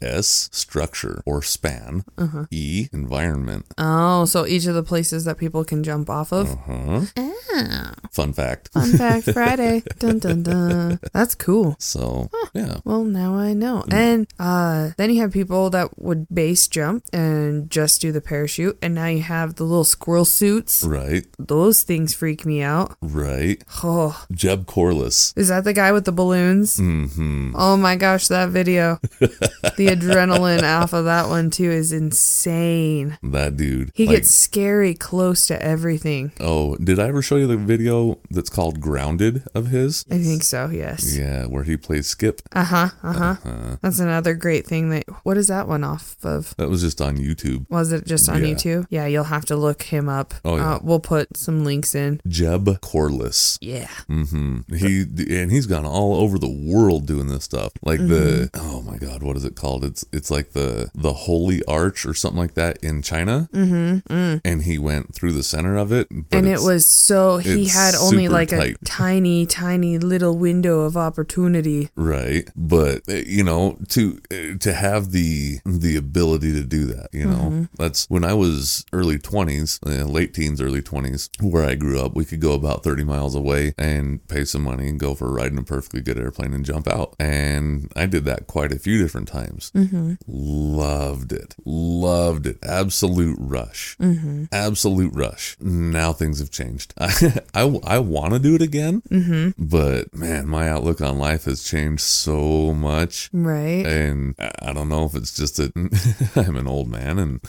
A: S structure or span.
B: Uh-huh.
A: E environment.
B: Oh, so each of the places that people can jump off of.
A: Uh-huh. Fun fact.
B: Oh. Fun fact Friday. Dun dun dun. That's cool.
A: [laughs] So Yeah.
B: Well, now I know. And uh, then you have people that would base jump and just do the parachute, and now you have the little squirrel suits.
A: Right.
B: Those things freak me out.
A: Right.
B: Oh,
A: Jeb Corliss.
B: is that the guy with the balloons?
A: Mm-hmm.
B: Oh my gosh, that video. the adrenaline off of that one too is insane.
A: That dude.
B: He
A: Like,
B: gets scary close to everything.
A: Oh, did I ever show you the video that's called Grounded of his?
B: I think so, yes.
A: Yeah, where he plays Skip.
B: Uh-huh, uh-huh.
A: Uh,
B: That's another great thing that what is that one off of?
A: that was just on YouTube.
B: Was it just on
A: Yeah.
B: YouTube? Yeah, you'll have to look him up.
A: Oh, yeah.
B: uh, we'll put some links in.
A: Jeb Corliss.
B: Yeah.
A: hmm He and he's gone all over the world doing this stuff. Like the
B: Mm-hmm.
A: oh my god, what is it called? It's it's like the the Holy Arch or something like that in China. Mm-hmm. And he went through the center of it, but
B: Mm. and it
A: it's-
B: was so he
A: it's
B: had only
A: super
B: like
A: tight. [laughs]
B: a tiny, tiny little window of opportunity.
A: right. But uh, you know to uh, to have the the ability to do that, you know, that's when I was early twenties, uh, late teens, early twenties, where I grew up. We could go about thirty miles away and pay some money and go for a ride in a perfectly good airplane and jump out. And I did that quite a few different times. Loved it. Loved it. Absolute rush. Absolute rush. Now things have changed. [laughs] I, I, want to do it again, mm-hmm. but man, my outlook on life has changed so
B: [laughs]
A: much.
B: Right?
A: And I I don't know if it's just that [laughs] I'm an old man
B: [laughs]
A: and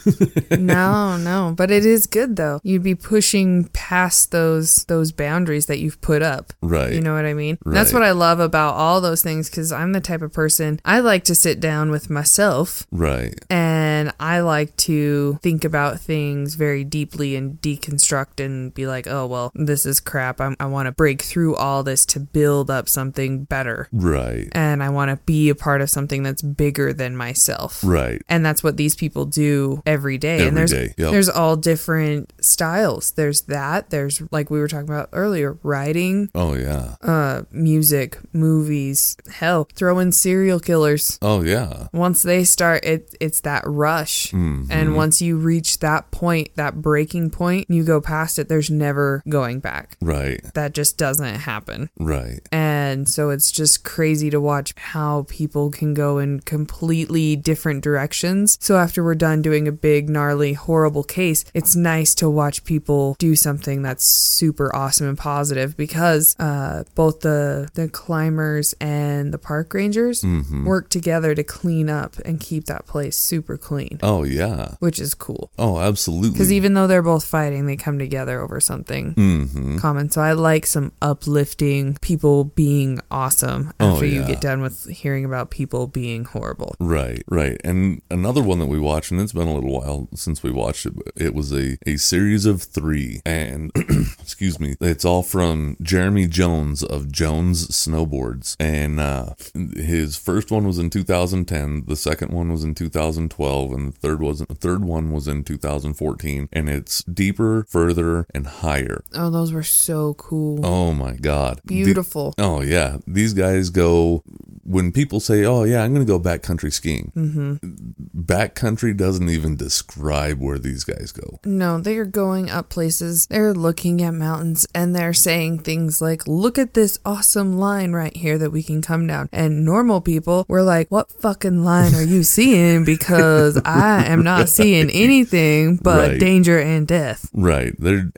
B: no, no. But it is good though. You'd be pushing past those those boundaries that you've put up.
A: right.
B: You know what I mean? That's
A: Right.
B: what I love about all those things because I'm the type of person I like to sit down with myself
A: Right.
B: and I like to think about things very deeply and deconstruct and be like, oh, well, this is crap. I'm, I want to break through all this to build up something better.
A: Right.
B: And I want to be a part of something that's bigger than myself.
A: Right.
B: And that's what these people do every day. and
A: Every
B: there's
A: day, yep.
B: there's all different styles. There's that. There's like we were talking about earlier, writing,
A: Oh, yeah.
B: uh music, movies, hell, throw in serial killers.
A: Oh, yeah.
B: Once they start it it's that rush. And once you reach that point, that breaking point, you go past it, there's never going back.
A: Right.
B: That just doesn't happen.
A: Right.
B: And so it's just crazy to watch how people can go in completely different directions. So after we're done doing a big, gnarly, horrible case, it's nice to watch people do something that's super awesome and positive because uh, both the the climbers and the park rangers work together to clean up and keep that place super clean,
A: Oh, yeah.
B: which is cool.
A: Oh, absolutely.
B: Because even though they're both fighting, they come together over something
A: Mm-hmm.
B: common. So I like some uplifting people being awesome
A: Oh,
B: after you
A: yeah.
B: get done with hearing about people being horrible.
A: Right, right. And another one that we watched, and it's been a little while since we watched it, but it was a, a series of three. And [clears throat] excuse me, it's all from Jeremy Jones of Jones Snowboards. And uh, his first one was in 2010, the second one was in 2012, and the third was the third one was in 2014. And it's deeper, further, and higher.
B: Oh, those were so cool.
A: Oh my God. The-
B: Beautiful.
A: Oh yeah, these guys go. When people say, "Oh yeah, I'm going to go backcountry skiing," backcountry doesn't even describe where these guys go.
B: no, they are going up places. They're looking at mountains and they're saying things like, look at this awesome line right here that we can come down. And normal people were like, what fucking line are you seeing? Because I am
A: [laughs]
B: not seeing anything but
A: Right.
B: danger and death.
A: Right, they're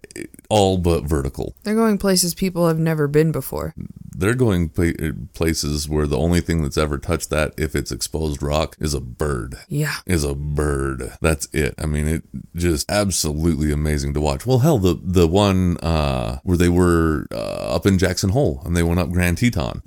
A: all but vertical.
B: They're going places people have never been before.
A: They're going pla- places where the only thing that's ever touched that, if it's exposed rock, is a bird.
B: Yeah.
A: Is a bird. That's it. I mean, it just absolutely amazing to watch. Well, hell, the the one uh, where they were uh, up in Jackson Hole and they went up Grand Teton.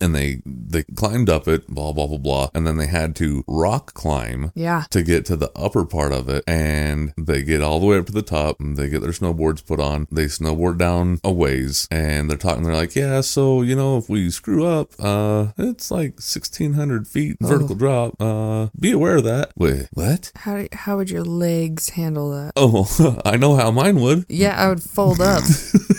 A: and they they climbed up it blah blah blah blah and then they had to rock climb
B: Yeah.
A: to get to the upper part of it and they get all the way up to the top and they get their snowboards put on they snowboard down a ways and they're talking they're like yeah so you know if we screw up uh it's like 1600 feet vertical drop uh be aware of that wait what
B: How do- how would your legs handle that?
A: [laughs] oh i know how mine would [laughs]
B: Yeah, I would fold up.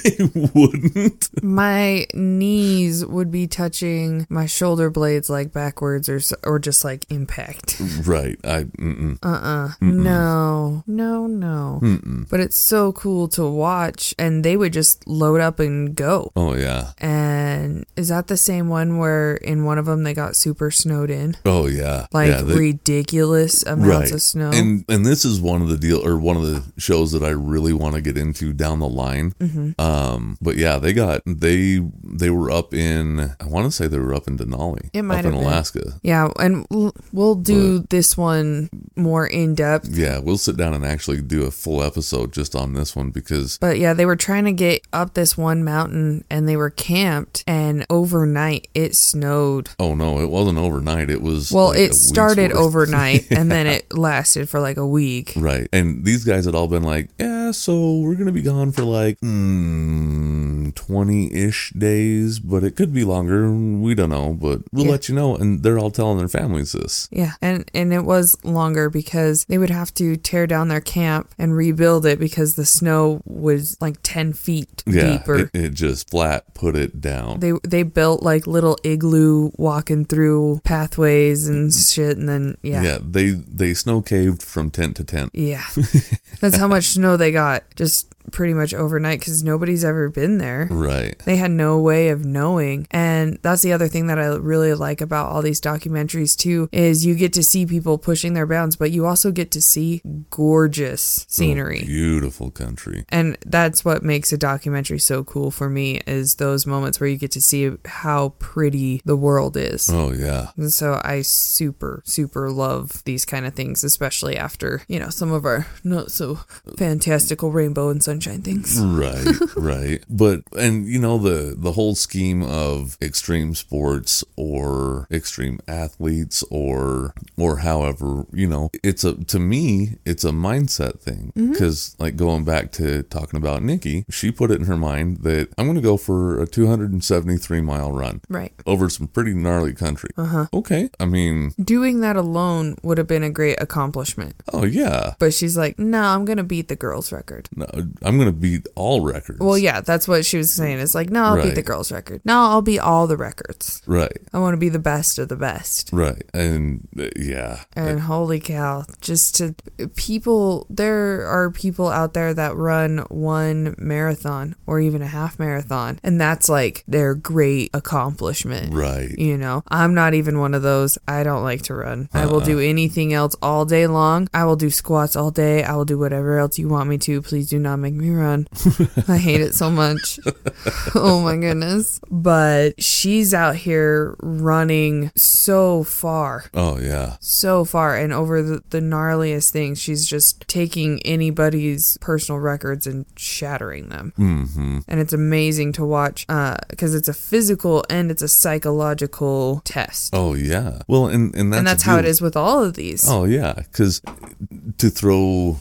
A: they wouldn't.
B: My knees would be touching my shoulder blades like backwards or s- or just like impact.
A: Right. I. Mm-mm.
B: Uh-uh. No. No, no. But it's so cool to watch and they would just load up and go.
A: Oh yeah.
B: And is that the same one where in one of them they got super snowed in?
A: Oh yeah.
B: Like
A: yeah, they-
B: ridiculous amounts of snow.
A: And and this is one of the deal or one of the shows that I really want to get into down the line.
B: Mm-hmm.
A: Um, but yeah, they got they they were up in I want to say they were up in Denali,
B: It might
A: up
B: have
A: in
B: been.
A: Alaska.
B: yeah, and l- we'll do this one more in depth.
A: Yeah, we'll sit down and actually do a full episode just on this one because
B: But yeah, they were trying to get up this one mountain and they were camped and overnight it snowed.
A: oh no, it wasn't overnight. It was
B: Well,
A: like a
B: it
A: week's
B: started
A: worth. [laughs]
B: overnight and then it lasted for like a week.
A: Right. And these guys had all been like, yeah, so we're going to be gone for like 20 ish days, but it could be longer. We don't know, but we'll
B: Yeah.
A: let you know. And they're all telling their families this.
B: Yeah, and and it was longer because they would have to tear down their camp and rebuild it because the snow was like 10 feet
A: Yeah.
B: deeper.
A: It, it just flat put it down.
B: they they built like little igloo walking through pathways and shit and then yeah. Yeah.
A: They, they snow caved from tent to tent.
B: That's how much snow they got just pretty much overnight cuz nobody's ever been there.
A: Right. Oh,
B: They had no way of knowing. And that's the other thing that I really like about all these documentaries too is you get to see people pushing their bounds, but you also get to see gorgeous scenery.
A: Beautiful country.
B: And that's what makes a documentary so cool for me is those moments where you get to see how pretty the world is.
A: Oh, yeah.
B: And so I super, super love these kind of things, especially after, you know, some of our not so fantastical rainbow and sunshine things.
A: right
B: [laughs]
A: right but and you know the the whole scheme of extreme sports or extreme athletes or or however you know it's a to me it's a mindset thing
B: Mm-hmm.
A: because like going back to talking about nikki she put it in her mind that i'm going to go for a 273 mile run
B: Right.
A: over some pretty gnarly country uh-huh. okay i mean
B: Doing that alone would have been a great accomplishment.
A: oh yeah
B: But she's like, no, I'm going to beat the girls' record.
A: no, i'm going to beat all records
B: Well, yeah, that's what she was saying. It's like, no, I'll beat
A: Right.
B: the girls' record. No, I'll beat all the records.
A: right
B: I want to be the best of the best.
A: right and uh, yeah
B: And holy cow, just to people, there are people out there that run one marathon or even a half marathon, and that's like their great accomplishment.
A: right
B: You know, I'm not even one of those. I don't like to run. I will do anything else all day long. I will do squats all day. I will do whatever else you want me to. Please do not make me run. I hate it so much. oh my goodness. But she's out here running so far
A: oh yeah
B: so far and over the, the gnarliest things she's just taking anybody's personal records and shattering them
A: Mm-hmm.
B: and it's amazing to watch because it's a physical and it's a psychological test
A: Oh yeah. Well, and and that's,
B: and that's
A: a
B: how it
A: deal.
B: is with all of these
A: Oh yeah, because to throw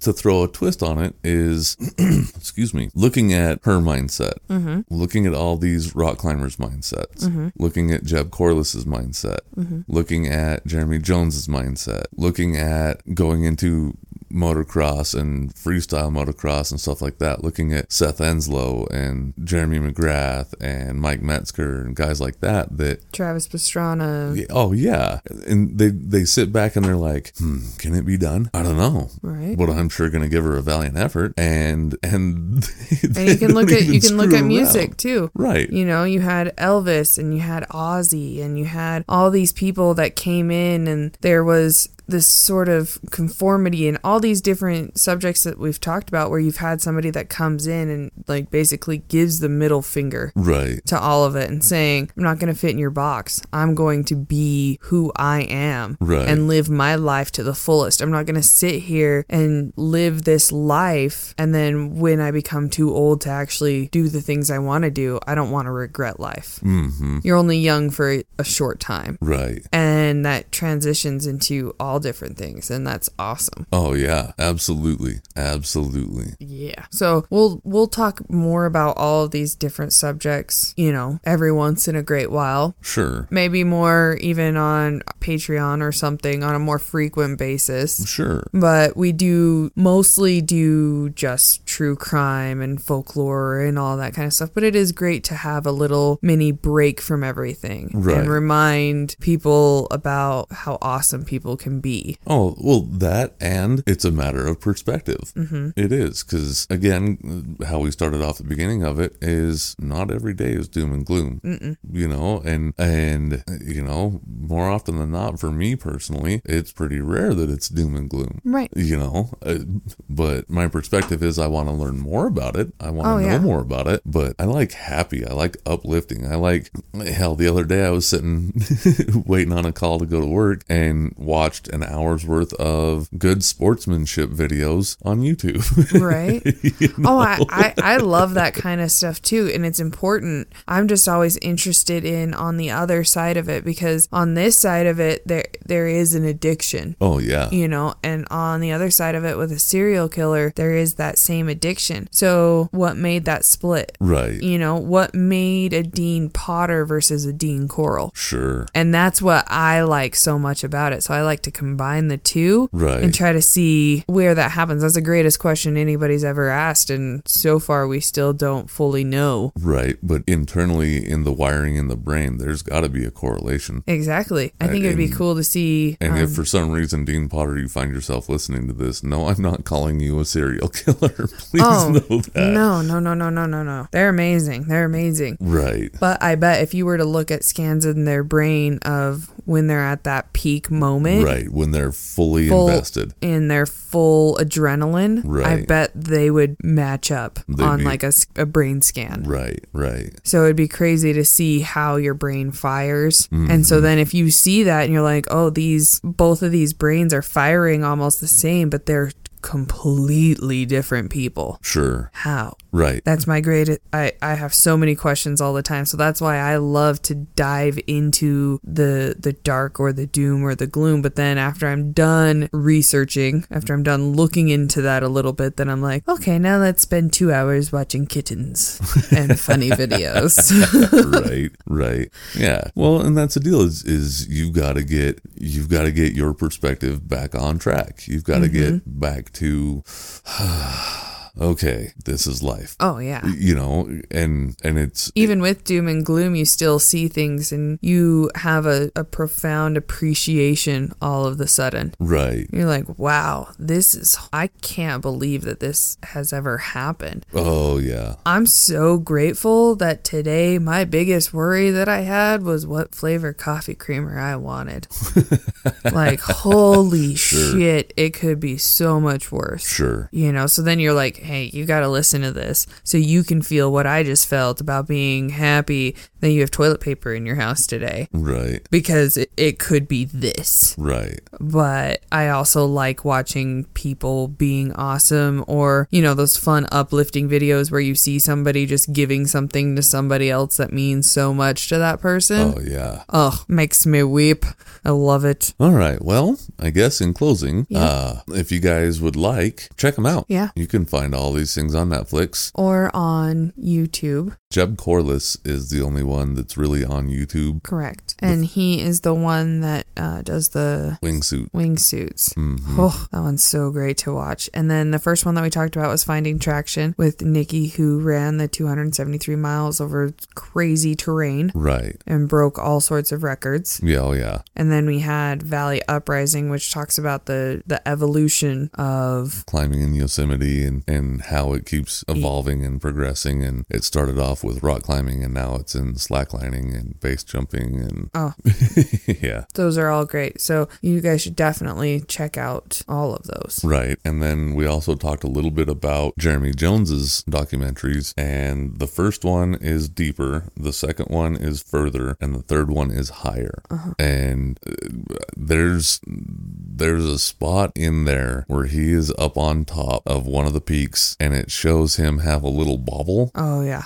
A: to throw a twist on it is, [clears throat] excuse me, looking at her mindset,
B: Mm-hmm.
A: looking at all these rock climbers' mindsets, looking at Jeb Corliss's mindset,
B: Mm-hmm.
A: looking at Jeremy Jones's mindset, looking at going into motocross and freestyle motocross and stuff like that looking at Seth Enslow and Jeremy McGrath and Mike Metzger and guys like that that
B: travis pastrana
A: yeah, oh yeah, and they they sit back and they're like, hmm, "Can it be done? I don't know."
B: Right.
A: But I'm sure going to give her a valiant effort, and and [laughs]
B: and you can look at you can look at music too
A: Right.
B: you know you had elvis and you had ozzy and you had all these people that came in and there was this sort of conformity in all these different subjects that we've talked about where you've had somebody that comes in and like basically gives the middle finger
A: Right.
B: to all of it and saying i'm not going to fit in your box i'm going to be who i am
A: Right.
B: and live my life to the fullest i'm not going to sit here and live this life and then when i become too old to actually do the things i want to do i don't want to regret life mm-hmm. you're only young for a short time
A: Right.
B: and that transitions into all all different things, and that's awesome.
A: Oh yeah, absolutely, absolutely.
B: Yeah. So we'll we'll talk more about all of these different subjects, you know, every once in a great while.
A: Sure,
B: Maybe more even on Patreon or something on a more frequent basis.
A: sure.
B: But we do mostly do just true crime and folklore and all that kind of stuff. But it is great to have a little mini break from everything
A: Right.
B: and remind people about how awesome people can be.
A: Oh, well, that and it's a matter of perspective. Mm-hmm. is, because again, how we started off the beginning of it is not every day is doom and gloom, you know, and, and, you know, more often than not, for me personally, it's pretty rare that it's doom and gloom.
B: Right.
A: You know, uh, but my perspective is I want to learn more about it. I want to
B: Oh,
A: know
B: yeah.
A: more about it. But I like happy. I like uplifting. I like, hell, the other day I was sitting [laughs] waiting on a call to go to work and watched an hour's worth of good sportsmanship videos on YouTube. [laughs]
B: right oh I, I i love that kind of stuff too and it's important i'm just always interested in on the other side of it because on this side of it there there is an addiction
A: oh, yeah.
B: you know and on the other side of it with a serial killer there is that same addiction so what made that split
A: Right.
B: you know what made a dean potter versus a dean coral
A: Sure.
B: and that's what I like so much about it. So I like to combine the two
A: Right.
B: and try to see where that happens. That's the greatest question anybody's ever asked. And so far, we still don't fully know.
A: Right. But internally in the wiring in the brain, there's got to be a correlation.
B: Exactly. I think it'd be
A: and-
B: cool to see.
A: And
B: um,
A: if for some reason, Dean Potter, you find yourself listening to this, no, I'm not calling you a serial [laughs] killer. Please
B: Oh,
A: [laughs] know that.
B: no, no, no, no, no, no, no. They're amazing. They're amazing.
A: Right.
B: But I bet if you were to look at scans in their brain of when they're at that peak moment,
A: Right. When they're fully
B: full-
A: invested.
B: in their full adrenaline, I
A: Right.
B: bet they would match up
A: They'd
B: on
A: be-
B: like a, s- a brain scan.
A: Right. Right.
B: So it'd be crazy to see how your brain fires. And so then if you see that and you're like, oh, these both of these brains are firing almost the same, but they're completely different people.
A: Sure.
B: How? [laughs]
A: Right.
B: That's my great. I, I have so many questions all the time. So that's why I love to dive into the the dark or the doom or the gloom. But then after I'm done researching, after I'm done looking into that a little bit, then I'm like, okay, now let's spend two hours watching kittens and funny videos.
A: right right yeah well and that's the deal is is you got to get you've got to get your perspective back on track you've got to
B: Mm-hmm.
A: get back to [sighs] okay this is life
B: oh yeah.
A: you know and and it's
B: Even with doom and gloom, you still see things and you have a, a profound appreciation all of the sudden.
A: right
B: You're like, wow, this is, I can't believe that this has ever happened.
A: oh yeah
B: I'm so grateful that today my biggest worry that I had was what flavor coffee creamer I wanted. like, holy shit, it could be so much worse.
A: sure
B: You know, so then you're like, hey, you got to listen to this so you can feel what I just felt about being happy that you have toilet paper in your house today
A: right
B: because it, it could be this
A: right
B: Um, but I also like watching people being awesome or, you know, those fun uplifting videos where you see somebody just giving something to somebody else that means so much to that person.
A: oh yeah
B: Ugh, makes me weep. I love it.
A: all right well i guess in closing uh if you guys would like check them out
B: Yeah.
A: you can find all these things on netflix
B: Or on YouTube,
A: jeb corliss is the only one that's really on youtube
B: correct. And he is the one that uh, does the
A: wingsuit
B: wingsuits. Oh, that one's so great to watch. And then the first one that we talked about was Finding Traction with Nikki, who ran the 273 miles over crazy terrain.
A: right
B: and broke all sorts of records.
A: Yeah, oh yeah,
B: And then we had Valley Uprising, which talks about the the evolution of
A: climbing in Yosemite and and how it keeps evolving and progressing. And it started off with rock climbing, and now it's in slacklining and base jumping, and
B: Oh.
A: [laughs] yeah,
B: those are all great. So you guys should definitely check out all of those.
A: right. And then we also talked a little bit about Jeremy Jones's documentaries, and the first one is deeper, the second one is further, and the third one is higher. And uh, there's there's a spot in there where he is up on top of one of the peaks, and it shows him have a little bobble.
B: Oh yeah.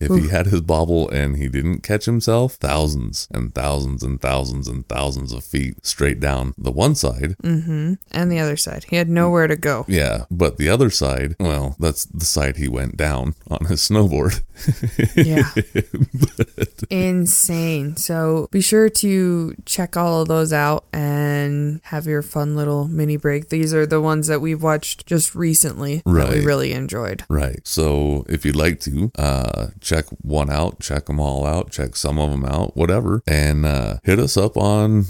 A: If he had his bobble and he didn't catch himself, thousands and thousands and thousands and thousands of feet straight down the one side.
B: And the other side. He had nowhere to go.
A: Yeah, but the other side, well, that's the side he went down [laughs] on his snowboard. [laughs]
B: Yeah. Insane. So be sure to check all of those out and have your fun little mini break. These are the ones that we've watched just recently that we
A: Right.
B: really enjoyed.
A: Right. So if you'd like to, uh, check one out, check them all out, check some of them out, whatever, and uh, hit us up on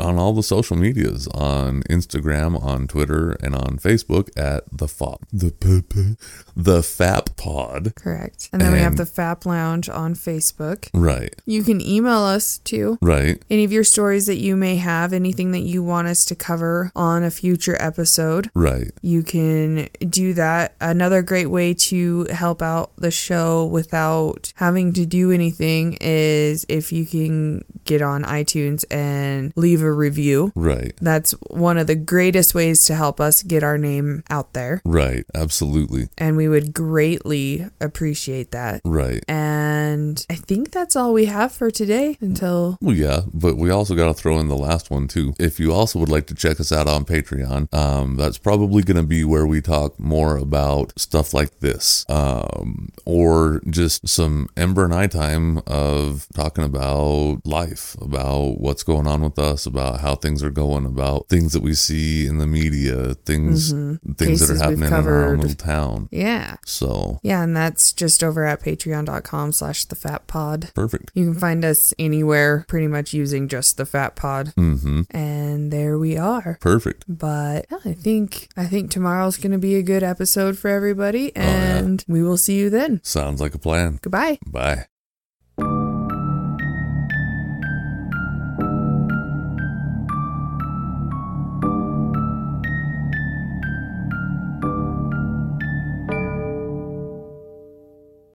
A: on all the social medias on Instagram, on Twitter, and on Facebook at the FOP the PP, the FAP Pod.
B: Correct. And then we have
A: And-
B: the FAP Lounge on Facebook.
A: Right.
B: You can email us too.
A: Right.
B: Any of your stories that you may have, anything that you want us to cover on a future episode.
A: Right.
B: you can do that. Another great way to help out the show without having to do anything is if you can get on iTunes and leave a review.
A: Right.
B: That's one of the greatest ways to help us get our name out there.
A: Right. Absolutely.
B: And we would greatly appreciate that.
A: Right.
B: And I think that's all we have for today until
A: Well, yeah, but we also got to throw in the last one too. If you also would like to check us out on Patreon, um, that's probably going to be where we talk more about stuff like this, um, or just some Ember and I time of talking about life, about what's going on with us, about how things are going, about things that we see in the media, things things
B: Mm-hmm. Cases
A: that
B: we've
A: are happening in our own
B: covered.
A: little town.
B: yeah.
A: So
B: Yeah, and that's just over at patreon.com slash the fat pod.
A: perfect.
B: You can find us anywhere pretty much using just the fat pod.
A: Mm-hmm.
B: And there we are.
A: Perfect.
B: But yeah, I think I think tomorrow's going to be a good episode for everybody and we will see you then.
A: Sounds like a plan.
B: Goodbye.
A: Bye.